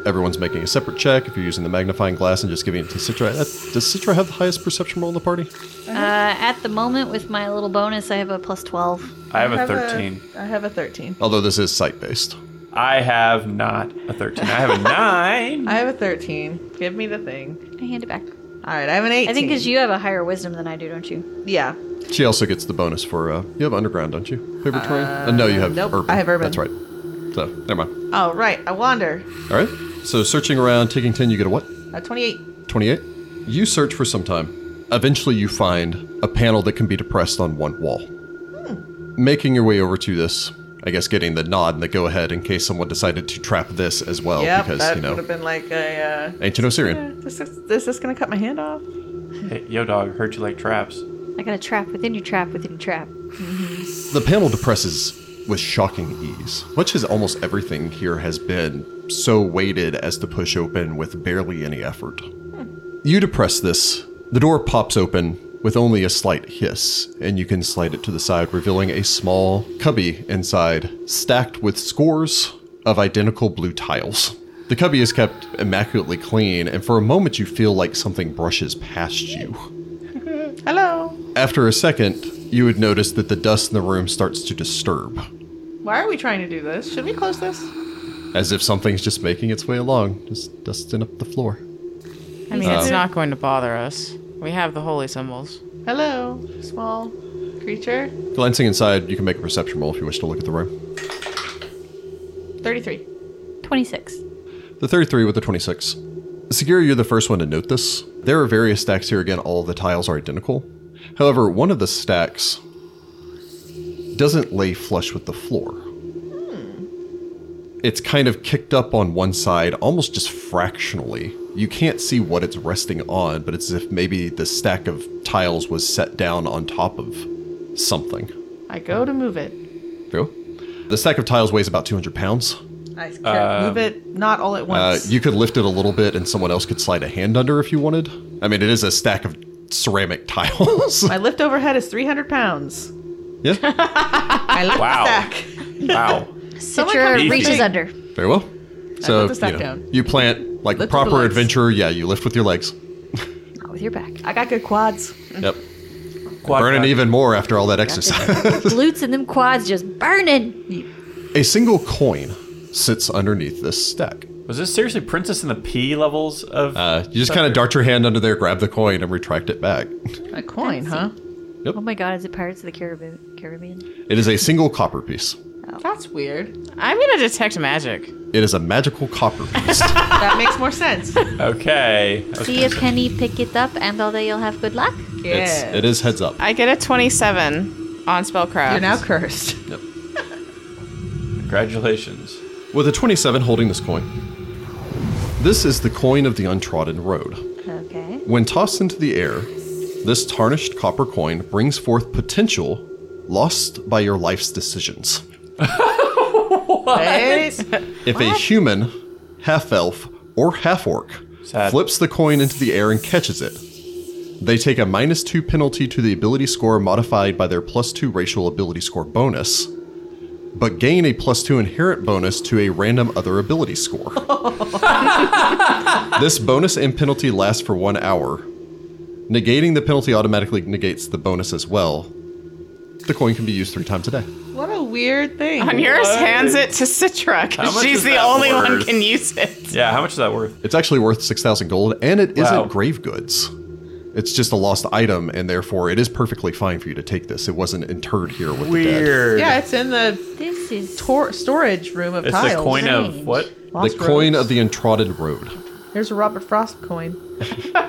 Speaker 1: everyone's making a separate check, if you're using the magnifying glass and just giving it to Citra. Uh, does Citra have the highest perception roll in the party?
Speaker 3: Uh, at the moment, with my little bonus, I have a plus 12.
Speaker 4: I have a 13.
Speaker 5: I have a 13.
Speaker 1: Although this is sight based.
Speaker 4: I have not a 13. I have
Speaker 3: [laughs]
Speaker 4: a 9.
Speaker 5: I have a 13. Give me the thing.
Speaker 3: I hand it back.
Speaker 5: All right, I have an 18.
Speaker 3: I think because you have a higher wisdom than I do, don't you?
Speaker 5: Yeah.
Speaker 1: She also gets the bonus for. Uh, you have underground, don't you? Paper terrain? Uh, no, you have
Speaker 5: nope,
Speaker 1: urban.
Speaker 5: I have urban.
Speaker 1: That's right. So, never mind.
Speaker 5: All Oh, right, I wander.
Speaker 1: All right. So, searching around, taking 10, you get a what?
Speaker 5: A 28.
Speaker 1: 28. You search for some time. Eventually, you find a panel that can be depressed on one wall.
Speaker 5: Hmm.
Speaker 1: Making your way over to this, I guess getting the nod and the go ahead in case someone decided to trap this as well,
Speaker 5: yeah,
Speaker 1: because,
Speaker 5: that
Speaker 1: you know,
Speaker 5: would have been like a.
Speaker 1: ancient Osirian.
Speaker 5: Uh, this is this is gonna cut my hand off.
Speaker 4: Hey, yo, dog, heard you like traps.
Speaker 3: I got a trap within your trap within your trap.
Speaker 1: The panel depresses with shocking ease, much as almost everything here has been so weighted as to push open with barely any effort. You depress this, the door pops open with only a slight hiss, and you can slide it to the side, revealing a small cubby inside, stacked with scores of identical blue tiles. The cubby is kept immaculately clean, and for a moment you feel like something brushes past you.
Speaker 5: Hello.
Speaker 1: After a second, you would notice that the dust in the room starts to disturb,
Speaker 5: Why are we trying to do this? Should we close this?
Speaker 1: as if something's just making its way along, just dusting up the floor.
Speaker 2: I mean, it's not going to bother us. We have the holy symbols.
Speaker 5: Hello, small creature.
Speaker 1: Glancing inside, you can make a perception roll if you wish to look at the room.
Speaker 5: 33.
Speaker 3: 26.
Speaker 1: The 33 with the 26. Segura, you're the first one to note this. There are various stacks here. Again, all of the tiles are identical. However, one of the stacks doesn't lay flush with the floor. It's kind of kicked up on one side, almost just fractionally. You can't see what it's resting on, but it's as if maybe the stack of tiles was set down on top of something.
Speaker 5: I go to move it.
Speaker 1: Go. The stack of tiles weighs about 200 pounds.
Speaker 5: I can't
Speaker 4: Uh,
Speaker 5: move it, not all at
Speaker 1: Um, Uh,
Speaker 5: once.
Speaker 1: you could lift it a little bit, and someone else could slide a hand under if you wanted. I mean, it is a stack of ceramic [laughs] tiles.
Speaker 5: My lift overhead is 300 pounds.
Speaker 1: yeah,
Speaker 5: I lift
Speaker 4: Wow.
Speaker 5: the stack.
Speaker 4: Wow.
Speaker 3: [laughs]
Speaker 5: Someone
Speaker 3: Citra
Speaker 5: come
Speaker 4: Easy.
Speaker 3: reaches under.
Speaker 1: very
Speaker 5: [laughs]
Speaker 1: well. So
Speaker 5: put the stack
Speaker 1: you, know,
Speaker 5: down.
Speaker 1: you plant like a
Speaker 5: Lift with the
Speaker 1: proper
Speaker 5: legs. Mm-hmm.
Speaker 1: adventurer. Yeah, you lift with your legs.
Speaker 3: Not with your back.
Speaker 5: I got good quads.
Speaker 1: Yep,
Speaker 4: Quad
Speaker 1: burning
Speaker 4: dog.
Speaker 1: even more after all that exercise. [laughs]
Speaker 3: Glutes and them quads just burning.
Speaker 1: a single coin sits underneath this stack.
Speaker 4: Was this seriously Princess in the P levels of.
Speaker 1: Uh, you just kind of dart your hand under there, grab the coin, and retract it back. [laughs]
Speaker 5: A coin, huh?
Speaker 3: Oh my god, is it Pirates of the Caribbean? Caribbean?
Speaker 1: It is a single copper piece.
Speaker 5: That's weird.
Speaker 2: I'm going to detect magic.
Speaker 1: It is a magical copper
Speaker 5: [laughs]
Speaker 1: piece.
Speaker 5: That makes more sense.
Speaker 4: okay. I was
Speaker 3: See a penny, pick it up, and all day you'll have good luck.
Speaker 1: It's, it is heads up.
Speaker 2: I get a 27 on spellcraft. [laughs]
Speaker 5: You're now [laughs] cursed.
Speaker 4: Congratulations.
Speaker 1: with a 27 holding this coin. This is the coin of the untrodden road.
Speaker 3: Okay.
Speaker 1: When tossed into the air, this tarnished copper coin brings forth potential lost by your life's decisions.
Speaker 5: Right?
Speaker 1: If a human, half elf, or half orc
Speaker 4: Sad.
Speaker 1: flips the coin into the air and catches it, they take a minus two penalty to the ability score modified by their plus two racial ability score bonus, but gain a plus two inherent bonus to a random other ability score. this bonus and penalty lasts for one hour. Negating the penalty automatically negates the bonus as well. The coin can be used three times a day.
Speaker 5: What a weird thing.
Speaker 2: Honduras hands it to Citra
Speaker 4: How
Speaker 2: because
Speaker 4: much
Speaker 2: she's
Speaker 4: is
Speaker 2: the
Speaker 4: that
Speaker 2: only one
Speaker 4: worth?
Speaker 2: can use it.
Speaker 4: Yeah, how much is that worth?
Speaker 1: It's actually worth 6,000 gold, and it
Speaker 4: Wow.
Speaker 1: not grave goods. It's just a lost item, and therefore it is perfectly fine for you to take this. It wasn't interred here with
Speaker 5: Yeah, it's in the
Speaker 3: This is
Speaker 5: tor- storage room of
Speaker 4: It's
Speaker 5: tiles.
Speaker 4: the coin
Speaker 3: Strange.
Speaker 4: of what? [laughs]
Speaker 1: the dead. The coin of the untrodden road.
Speaker 5: Here's a Robert Frost coin.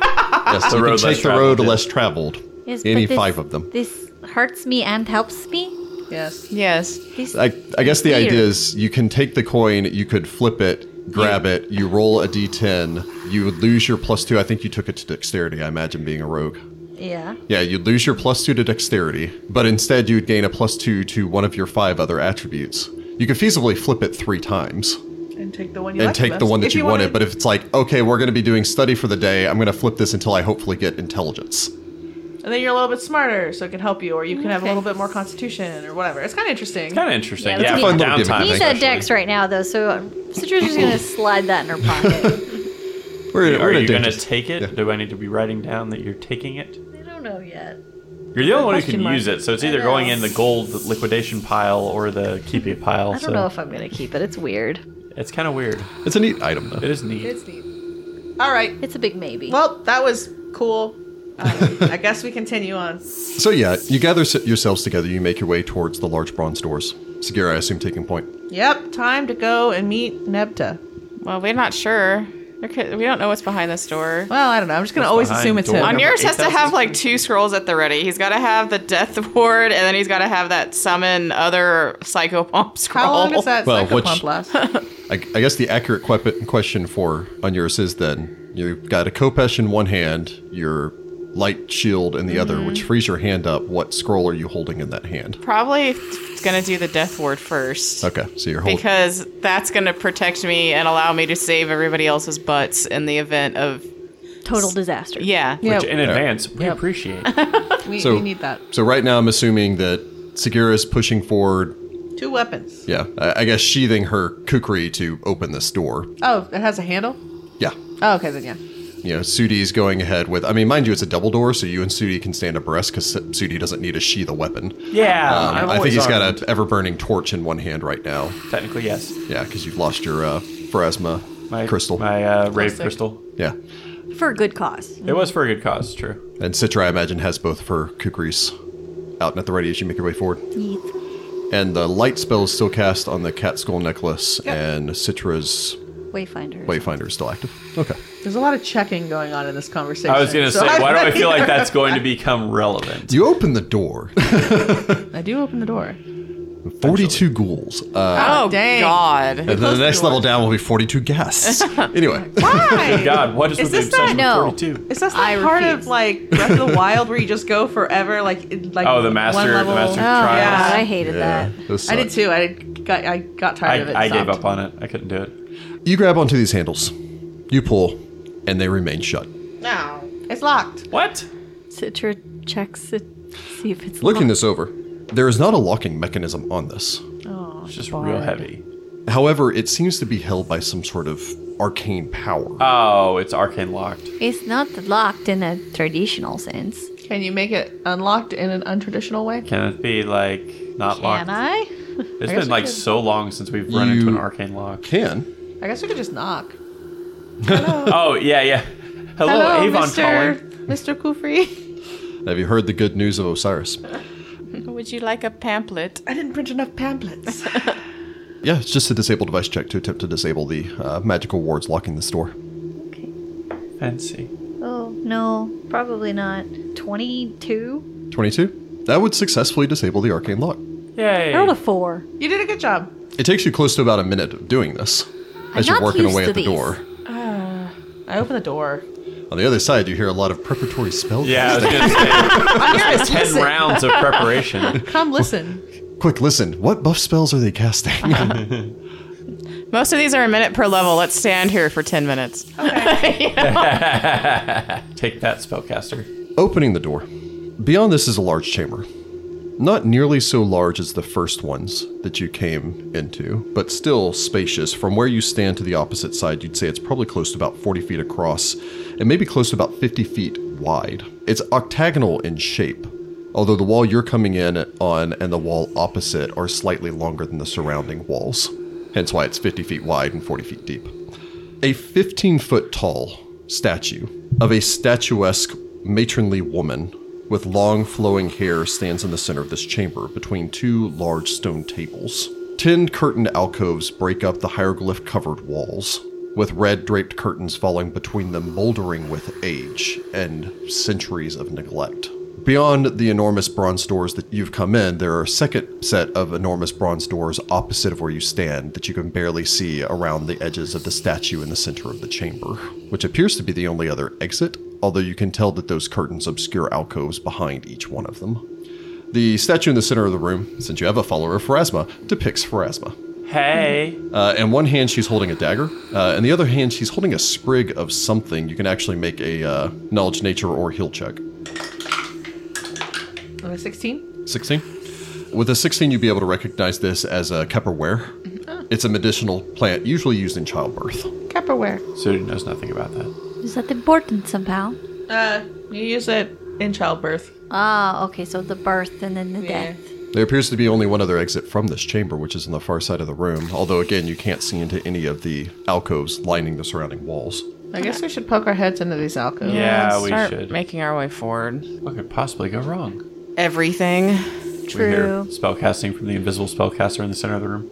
Speaker 1: Yes, you
Speaker 4: The
Speaker 1: can
Speaker 4: road less
Speaker 1: take the road
Speaker 4: traveled, yeah.
Speaker 1: less traveled.
Speaker 3: Yes, but
Speaker 1: Any
Speaker 3: this-
Speaker 1: five of them.
Speaker 3: This hurts me and helps me.
Speaker 5: Yes.
Speaker 2: Yes.
Speaker 3: This
Speaker 1: I, I guess the
Speaker 3: Weird.
Speaker 1: idea is you can take the coin, you could flip it, grab it, you roll a d10, you would lose your plus two. I think you took it to dexterity, I imagine, being a rogue.
Speaker 3: yeah.
Speaker 1: Yeah, you'd lose your plus two to dexterity, but instead you would gain a plus two to one of your five other attributes. You could feasibly flip it three times
Speaker 5: And take the one you
Speaker 1: and
Speaker 5: liked
Speaker 1: take the
Speaker 5: best.
Speaker 1: one that
Speaker 5: If
Speaker 1: you, wanted,
Speaker 5: wanted-
Speaker 1: but if it's like, okay, we're going to be doing study for the day, I'm going to flip this until I hopefully get intelligence.
Speaker 5: and then you're a little bit smarter, so it can help you, or you can have a
Speaker 3: Okay.
Speaker 5: little bit more constitution or whatever. It's kind of interesting.
Speaker 4: Kind of interesting.
Speaker 3: Yeah,
Speaker 4: Yeah,
Speaker 3: that's
Speaker 4: for
Speaker 3: a fun
Speaker 1: little gimmick, I
Speaker 4: downtime.
Speaker 1: think.
Speaker 3: We need
Speaker 1: Nisha
Speaker 3: that
Speaker 4: especially.
Speaker 3: dex right now, though, so uh, Citrus is gonna slide that in her pocket.
Speaker 1: We're,
Speaker 4: Are
Speaker 1: in
Speaker 4: you going to
Speaker 1: dangerous-
Speaker 4: take it?
Speaker 1: Yeah.
Speaker 4: Do I need to be writing down that you're taking it?
Speaker 3: I don't know yet.
Speaker 4: You're the only one who
Speaker 5: Question
Speaker 4: can
Speaker 5: mark.
Speaker 4: use it, so it's either
Speaker 3: know.
Speaker 4: going in the gold liquidation pile or the keep it pile.
Speaker 3: I don't
Speaker 4: so
Speaker 3: know if I'm gonna keep it. It's weird.
Speaker 4: it's kind of weird.
Speaker 1: It's a neat item, though.
Speaker 4: It is neat.
Speaker 5: It's neat. All right.
Speaker 3: It's a big maybe.
Speaker 5: Well, that was cool. Um, I guess we continue on.
Speaker 1: So yeah, you gather s- yourselves together. You make your way towards the large bronze doors. Sagira, I assume, taking point.
Speaker 5: Yep, time to go and meet Nebta.
Speaker 2: Well, we're not sure. There could- We don't know what's behind this door.
Speaker 5: Well, I don't know. I'm just gonna always
Speaker 4: behind
Speaker 5: assume it's
Speaker 4: door?
Speaker 5: him.
Speaker 4: Number
Speaker 2: Onuris has to
Speaker 4: 8,000.
Speaker 2: have like two scrolls at the ready. He's got to have the Death [laughs] Ward, and then he's got to have that summon other [laughs] psychopomp scroll.
Speaker 5: How long does that
Speaker 1: Well,
Speaker 5: psycho
Speaker 1: which- [laughs]
Speaker 5: pump last?
Speaker 1: I, I guess the accurate que- question for on yours is then you've got a kopesh in one hand, your light shield in the other,
Speaker 4: Mm-hmm.
Speaker 1: which frees your hand up. What scroll are you holding in that hand?
Speaker 2: Probably f- gonna do the Death Ward first.
Speaker 1: Okay, so you're holding.
Speaker 2: Because that's going to protect me and allow me to save everybody else's butts in the event of.
Speaker 3: Total disaster.
Speaker 2: Yeah.
Speaker 5: Yeah,
Speaker 4: Which in advance, we appreciate.
Speaker 5: we,
Speaker 1: So-
Speaker 5: we need that.
Speaker 1: so right now, I'm assuming that Sagira is pushing forward.
Speaker 5: Two weapons.
Speaker 1: Yeah, I, I guess sheathing her kukri to open this door.
Speaker 5: Oh, it has a handle.
Speaker 1: Yeah.
Speaker 5: Oh, okay then yeah.
Speaker 1: You know, Sudi's going ahead with. I mean, mind you, it's a double door, so you and Sudi can stand abreast because Sudi doesn't need to sheath a weapon.
Speaker 4: yeah,
Speaker 1: Um,
Speaker 4: I'm
Speaker 1: I think
Speaker 4: always
Speaker 1: he's got
Speaker 4: armed.
Speaker 1: an ever burning torch in one hand right now.
Speaker 4: Technically, yes.
Speaker 1: Yeah, because you've lost your uh, pharasma
Speaker 4: My
Speaker 1: crystal.
Speaker 4: my uh, rave
Speaker 5: Plastic.
Speaker 4: crystal.
Speaker 1: Yeah.
Speaker 3: For a good cause.
Speaker 4: It was for a good cause. True.
Speaker 1: And Citra, I imagine, has both of her kukris out and at the ready as you make your way forward. And the light spell is still cast on the cat skull necklace, and Citra's
Speaker 3: Wayfinder.
Speaker 1: wayfinder is still active. Okay.
Speaker 5: There's a lot of checking going on in this conversation.
Speaker 4: I was gonna
Speaker 5: so
Speaker 4: say,
Speaker 5: I'm
Speaker 4: why do I
Speaker 5: ready-
Speaker 4: feel like that's going to
Speaker 1: [laughs]
Speaker 4: become relevant?
Speaker 1: You open the door.
Speaker 5: I do open the door.
Speaker 1: 42 ghouls. Uh,
Speaker 2: Oh,
Speaker 5: dang.
Speaker 2: God.
Speaker 1: and then the next level down will be 42 guests. anyway.
Speaker 4: [laughs]
Speaker 5: Hi.
Speaker 4: God, what is,
Speaker 5: Is
Speaker 4: with the
Speaker 5: this not-
Speaker 4: obsession
Speaker 3: No.
Speaker 4: with 42?
Speaker 5: Is that
Speaker 3: I
Speaker 5: not part
Speaker 3: refuse.
Speaker 5: of like Breath of the Wild where you just go forever? Like, in, like
Speaker 4: Oh, the
Speaker 5: one
Speaker 4: master- the
Speaker 5: level?
Speaker 3: Oh,
Speaker 4: master-
Speaker 5: Trials.
Speaker 3: God, I hated
Speaker 1: Yeah,
Speaker 3: that.
Speaker 1: those
Speaker 5: I did
Speaker 1: suck.
Speaker 5: too. I got I got tired of it. and
Speaker 4: I, I gave
Speaker 5: stopped.
Speaker 4: up on it. I couldn't do it.
Speaker 1: You grab onto these handles, you pull, and they remain shut.
Speaker 5: No, it's locked.
Speaker 4: What?
Speaker 3: Citra checks it, see if it's
Speaker 1: Looking
Speaker 3: locked.
Speaker 1: this over, there is not a locking mechanism on this.
Speaker 4: It's just real heavy.
Speaker 1: However, it seems to be held by some sort of arcane power.
Speaker 4: Oh, it's arcane locked.
Speaker 3: It's not locked in a traditional sense.
Speaker 5: Can you make it unlocked in an untraditional way?
Speaker 4: Can it be like not locked?
Speaker 3: Can I?
Speaker 4: It's
Speaker 5: guess
Speaker 4: been
Speaker 5: we
Speaker 4: like
Speaker 5: could.
Speaker 4: so long since we've run into an
Speaker 1: You-
Speaker 4: arcane lock.
Speaker 1: Can.
Speaker 5: I guess we could just knock.
Speaker 4: Oh yeah, yeah. Hello, Avon Colin.
Speaker 5: Mr. Kufri.
Speaker 1: Have you heard the good news of Osiris?
Speaker 2: Would you like a pamphlet?
Speaker 5: I didn't print enough pamphlets.
Speaker 1: Yeah, it's just a disable device check to attempt to disable the uh, magical wards locking this door.
Speaker 3: Okay.
Speaker 4: Fancy.
Speaker 3: Oh, no. Probably not. 22?
Speaker 1: 22? That would successfully disable the arcane lock.
Speaker 4: Yay.
Speaker 3: I rolled a 4.
Speaker 5: [laughs] you did a good job.
Speaker 1: It takes you close to about a minute of doing this as you're
Speaker 3: not
Speaker 1: working
Speaker 3: used
Speaker 1: away
Speaker 3: to
Speaker 1: at the
Speaker 3: these.
Speaker 1: door.
Speaker 5: I opened the door.
Speaker 1: On the other side, you hear a lot of preparatory spell
Speaker 4: yeah, I was
Speaker 1: casting.
Speaker 5: [laughs]
Speaker 4: gonna say
Speaker 5: Onuris,
Speaker 4: ten
Speaker 5: listen.
Speaker 4: rounds of preparation.
Speaker 5: Come listen.
Speaker 1: Quick, listen. What buff spells are they casting?
Speaker 3: [laughs]
Speaker 2: Most of these are a minute per level. Let's stand here for 10 minutes.
Speaker 4: Oh, Take that, spellcaster.
Speaker 1: Opening the door. Beyond this is a large chamber. Not nearly so large as the first ones that you came into, but still spacious. From where you stand to the opposite side, you'd say it's probably close to about 40 feet across and maybe close to about 50 feet wide. It's octagonal in shape, although the wall you're coming in on and the wall opposite are slightly longer than the surrounding walls, hence why it's 50 feet wide and 40 feet deep a 15 foot tall statue of a statuesque matronly woman with long flowing hair stands in the center of this chamber between two large stone tables. Ten curtained alcoves break up the hieroglyph covered walls. with red draped curtains falling between them, moldering with age and centuries of neglect. Beyond the enormous bronze doors that you've come in, there are a second set of enormous bronze doors opposite of where you stand that you can barely see around the edges of the statue in the center of the chamber, which appears to be the only other exit, although you can tell that those curtains obscure alcoves behind each one of them. The statue in the center of the room, since you have a follower of Pharasma, depicts Pharasma.
Speaker 4: Hey.
Speaker 1: Uh, in one hand, she's holding a dagger. Uh, in the other hand, she's holding a sprig of something. You can actually make a uh, knowledge, nature, or heal check.
Speaker 5: On a 16?
Speaker 1: 16. With a 16, you'd be able to recognize this as a Kepperware.
Speaker 5: Mm-hmm.
Speaker 1: It's a medicinal plant usually used in childbirth.
Speaker 5: Copperware.
Speaker 4: Sudie knows nothing about that.
Speaker 3: Is that important somehow?
Speaker 5: Uh, you use it in childbirth.
Speaker 3: Ah, okay, so the birth and then the
Speaker 5: Yeah.
Speaker 3: death.
Speaker 1: There appears to be only one other exit from this chamber, which is on the far side of the room, although, again, you can't see into any of the alcoves lining the surrounding walls.
Speaker 5: I guess we should poke our heads into these alcoves.
Speaker 4: Yeah,
Speaker 2: Let's
Speaker 4: we
Speaker 2: start
Speaker 4: should.
Speaker 2: making our way forward.
Speaker 4: What could possibly go wrong?
Speaker 2: Everything.
Speaker 4: We hear
Speaker 3: True.
Speaker 4: spellcasting from the invisible spellcaster in the center of the room.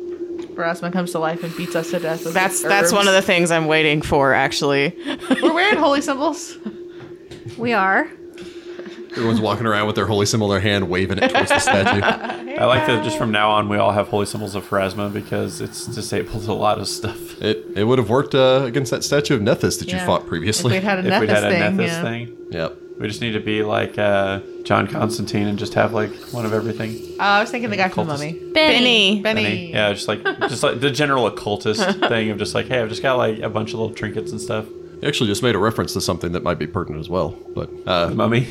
Speaker 5: Pharasma comes to life and beats us to death. With
Speaker 2: That's that's one of the things I'm waiting for, actually.
Speaker 5: We're wearing holy symbols.
Speaker 3: We are.
Speaker 1: Everyone's walking around with their holy symbol in their hand, waving it towards the
Speaker 5: [laughs]
Speaker 1: statue.
Speaker 4: I like that just from now on we all have holy symbols of Pharasma because it's disabled a lot of stuff.
Speaker 1: It, it would have worked uh, against that statue of Nethys that you
Speaker 5: Yeah.
Speaker 1: fought
Speaker 5: If
Speaker 1: previously.
Speaker 5: we'd had a
Speaker 4: if
Speaker 5: Nethys
Speaker 4: we'd had a
Speaker 5: thing.
Speaker 4: Nethys
Speaker 5: yeah.
Speaker 4: thing.
Speaker 1: yep.
Speaker 4: We just need to be like uh, John Constantine and just have like one of everything.
Speaker 5: Oh, I was thinking the guy from the
Speaker 4: Cultist.
Speaker 5: mummy.
Speaker 3: Benny.
Speaker 2: Benny.
Speaker 5: Benny.
Speaker 4: Any- Yeah, just like just like the general
Speaker 5: [laughs]
Speaker 4: occultist thing of just like, hey, I've just got like a bunch of little trinkets and stuff.
Speaker 1: You actually just made a reference to something that might be pertinent as well. But
Speaker 4: The
Speaker 1: uh,
Speaker 4: [laughs] mummy.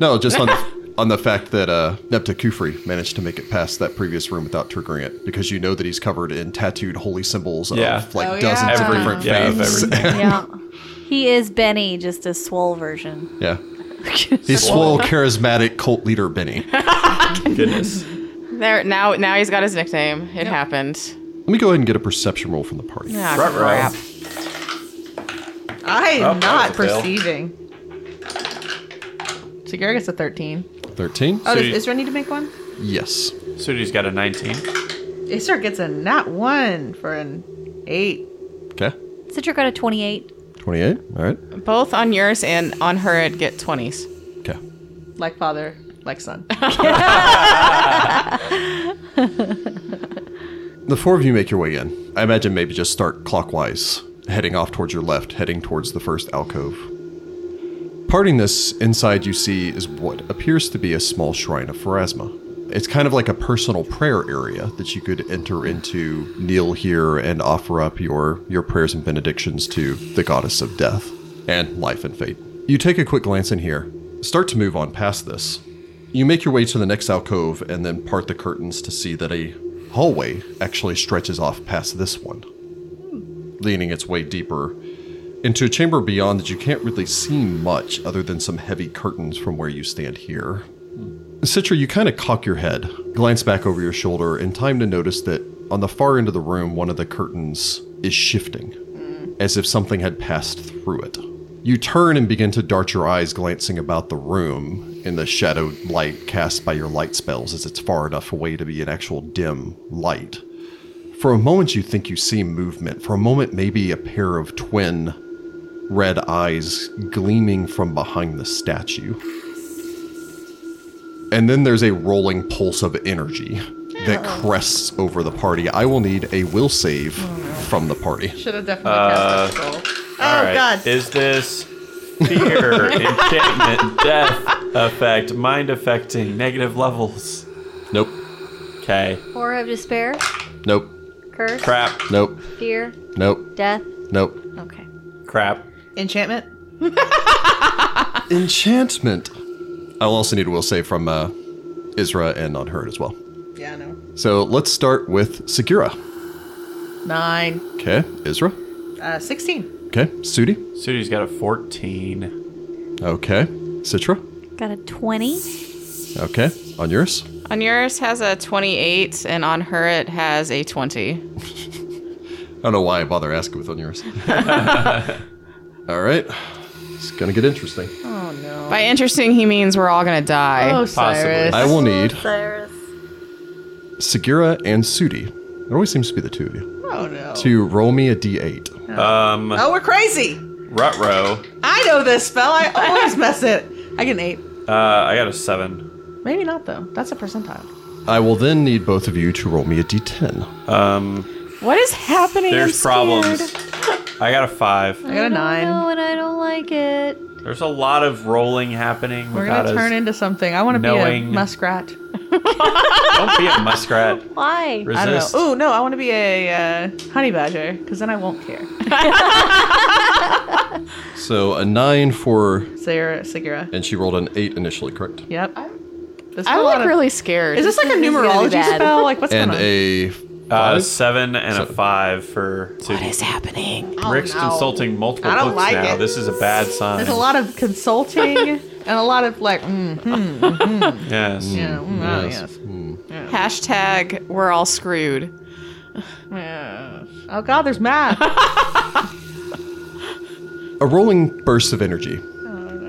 Speaker 1: no, just on [laughs] the, on the fact that uh, Nepta Kufri managed to make it past that previous room without triggering it, because you know that he's covered in tattooed holy symbols
Speaker 4: Yeah.
Speaker 1: of like
Speaker 5: Oh,
Speaker 1: dozens
Speaker 5: yeah.
Speaker 1: of
Speaker 5: Every-
Speaker 1: different
Speaker 4: yeah, of
Speaker 1: faiths. [laughs]
Speaker 4: everything.
Speaker 3: Yeah. he is Benny, just a swole version. [laughs]
Speaker 1: yeah. He's swole, charismatic cult leader Benny.
Speaker 4: Goodness.
Speaker 2: There now now he's got his nickname. It happened.
Speaker 1: Let me go ahead and get a perception roll from the party.
Speaker 2: Ah,
Speaker 4: Ruh-roh.
Speaker 2: crap.
Speaker 5: I am
Speaker 4: Oh, that
Speaker 5: not
Speaker 4: was a fail.
Speaker 5: perceiving. Segura gets a 13.
Speaker 1: 13?
Speaker 5: [laughs] Oh,
Speaker 4: So
Speaker 5: does
Speaker 4: you-
Speaker 5: Isra need to make one?
Speaker 1: Yes.
Speaker 4: Sudi's got a 19.
Speaker 5: Oh, Isra gets a nat 1 for an 8.
Speaker 1: Okay.
Speaker 3: Citra got a 28.
Speaker 1: 28. All right.
Speaker 2: Both on yours and on her it get twenties.
Speaker 1: Okay.
Speaker 5: Like father, like [laughs] son.
Speaker 1: The four of you make your way in. I imagine maybe just start clockwise, heading off towards your left, heading towards the first alcove. Parting this, inside you see is what appears to be a small shrine of Pharasma. It's kind of like a personal prayer area that you could enter into, kneel here, and offer up your, your prayers and benedictions to the goddess of death and life and fate. You take a quick glance in here, start to move on past this. You make your way to the next alcove and then part the curtains to see that a hallway actually stretches off past this one, leaning its way deeper into a chamber beyond that you can't really see much other than some heavy curtains from where you stand here. Citra, you kind of cock your head, glance back over your shoulder in time to notice that on the far end of the room, one of the curtains is shifting as if something had passed through it. You turn and begin to dart your eyes, glancing about the room in the shadowed light cast by your light spells as it's far enough away to be an actual dim light. For a moment, you think you see movement. For a moment, maybe a pair of twin red eyes gleaming from behind the statue. And then there's a rolling pulse of energy that crests over the party. I will need a will save from the party.
Speaker 5: Should have definitely cast
Speaker 4: Uh,
Speaker 5: that spell.
Speaker 4: All right.
Speaker 5: God.
Speaker 4: Is this
Speaker 5: [laughs]
Speaker 4: fear, enchantment, death effect, mind affecting, negative levels?
Speaker 1: Nope.
Speaker 4: Okay.
Speaker 3: Horror of despair,
Speaker 1: Nope.
Speaker 3: curse,
Speaker 4: Crap.
Speaker 1: Nope.
Speaker 3: fear,
Speaker 1: Nope.
Speaker 3: death.
Speaker 1: Nope.
Speaker 3: Okay.
Speaker 4: Crap.
Speaker 5: Enchantment?
Speaker 1: Enchantment. I'll also need a will save from uh, Isra and on her as well.
Speaker 5: Yeah, I know.
Speaker 1: So let's start with Segura.
Speaker 5: 9.
Speaker 1: Okay, Isra.
Speaker 5: Uh, 16.
Speaker 1: Okay, Sudi.
Speaker 4: Sudi's got a 14.
Speaker 1: Okay, Citra.
Speaker 3: Got a 20.
Speaker 1: Okay, on yours.
Speaker 2: On yours has a twenty-eight and on her it has a twenty.
Speaker 1: I don't know why I bother asking with on yours. [laughs] All right, it's gonna get interesting.
Speaker 5: Oh, no.
Speaker 2: By interesting he means we're all gonna die.
Speaker 5: Oh,
Speaker 4: Possibly.
Speaker 5: Cyrus.
Speaker 1: I will need
Speaker 6: Cyrus.
Speaker 1: Segura and Sudi. It always seems to be the two of you
Speaker 5: Oh, no.
Speaker 1: to roll me a d8.
Speaker 4: Um,
Speaker 5: Oh, we're crazy.
Speaker 4: Rutro,
Speaker 5: I know this spell. I [laughs] always mess it. I get an eight.
Speaker 4: uh, I got a seven.
Speaker 5: Maybe not though. That's a percentile.
Speaker 1: I will then need both of you to roll me a d10.
Speaker 4: Um,
Speaker 2: What is happening?
Speaker 4: there's problems.
Speaker 5: [laughs]
Speaker 4: I got a five.
Speaker 5: I got a nine.
Speaker 3: No, and I don't like it.
Speaker 4: There's a lot of rolling happening.
Speaker 5: We're
Speaker 4: without
Speaker 5: gonna turn
Speaker 4: us.
Speaker 5: into something. I want to be a
Speaker 4: knowing-
Speaker 5: muskrat.
Speaker 4: Don't
Speaker 5: [laughs]
Speaker 4: be a muskrat.
Speaker 3: Why?
Speaker 5: I don't know.
Speaker 4: Resist.
Speaker 5: Oh no, I want to be a uh, honey badger because then I won't care. [laughs]
Speaker 1: So a nine for,
Speaker 5: Sarah Segura.
Speaker 1: and she rolled an eight initially, correct?
Speaker 5: Yep. This
Speaker 2: I'm
Speaker 5: is a lot
Speaker 2: like
Speaker 5: of-
Speaker 2: really scared.
Speaker 5: Is this like a
Speaker 3: This is gonna be
Speaker 5: numerology
Speaker 3: bad.
Speaker 5: spell? Like what's
Speaker 1: And
Speaker 5: going on?
Speaker 1: a
Speaker 4: Uh,
Speaker 1: five?
Speaker 4: seven and a
Speaker 1: Seven.
Speaker 4: five for
Speaker 2: what
Speaker 4: Tootie.
Speaker 2: is happening?
Speaker 4: Rick's
Speaker 5: Oh, no.
Speaker 4: consulting multiple
Speaker 5: I don't
Speaker 4: books
Speaker 5: like
Speaker 4: now.
Speaker 5: it.
Speaker 4: This is a bad sign.
Speaker 5: There's a lot of consulting and a lot of like, mm, hmm,
Speaker 4: Yes.
Speaker 5: you know, mm, oh,
Speaker 1: Yes.
Speaker 5: yes.
Speaker 1: Hmm.
Speaker 2: Hashtag we're all screwed.
Speaker 5: Oh god, there's math.
Speaker 1: A rolling burst of energy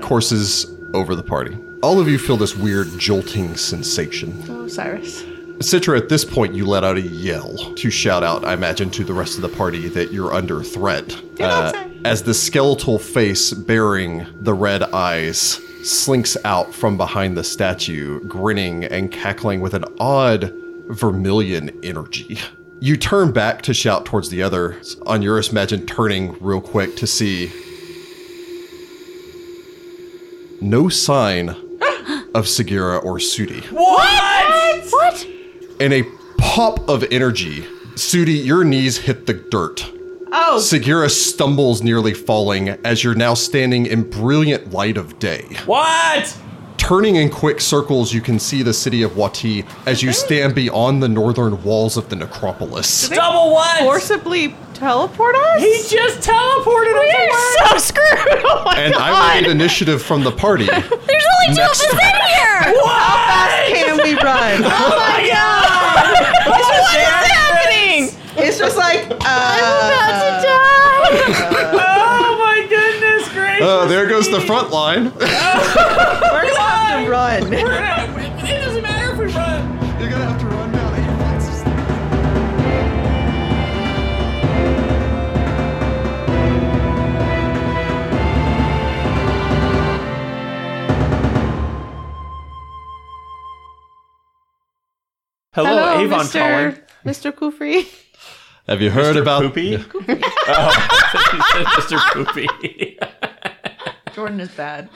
Speaker 1: courses over the party. All of you feel this weird jolting sensation.
Speaker 5: oh, Cyrus.
Speaker 1: Citra, at this point, you let out a yell to shout out, I imagine, to the rest of the party that you're under threat. Uh, as the skeletal face bearing the red eyes slinks out from behind the statue, grinning and cackling with an odd vermilion energy. You turn back to shout towards the others. On Eurus, imagine turning real quick to see no sign of Segura or Sudi
Speaker 4: What?
Speaker 3: What?
Speaker 1: in a pop of energy, Sudi, your knees hit the dirt.
Speaker 5: Oh,
Speaker 1: Segura stumbles, nearly falling, as you're now standing in brilliant light of day.
Speaker 4: What?
Speaker 1: Turning in quick circles, you can see the city of Wati as you stand beyond the northern walls of the
Speaker 3: [laughs]
Speaker 1: necropolis.
Speaker 4: Double what?
Speaker 5: forcibly teleport us?
Speaker 4: He just teleported us away.
Speaker 2: So screwed. Oh my
Speaker 1: And I will need initiative from the party.
Speaker 3: [laughs] There's only two of us in here.
Speaker 4: What?
Speaker 5: Can we run?
Speaker 4: Oh my god!
Speaker 2: What is happening?
Speaker 5: it's just like uh,
Speaker 4: Oh my goodness
Speaker 1: [laughs]
Speaker 4: gracious!
Speaker 1: Uh, there goes the front line. [laughs]
Speaker 5: we're gonna have to run.
Speaker 4: We're gonna- It doesn't matter if we run.
Speaker 1: You're gonna have to run now.
Speaker 4: Hello, Avon calling.
Speaker 5: Mr. Kufri.
Speaker 1: Have you heard about
Speaker 4: Poopy. [laughs] oh, Mr. Poopy.
Speaker 5: Jordan is bad.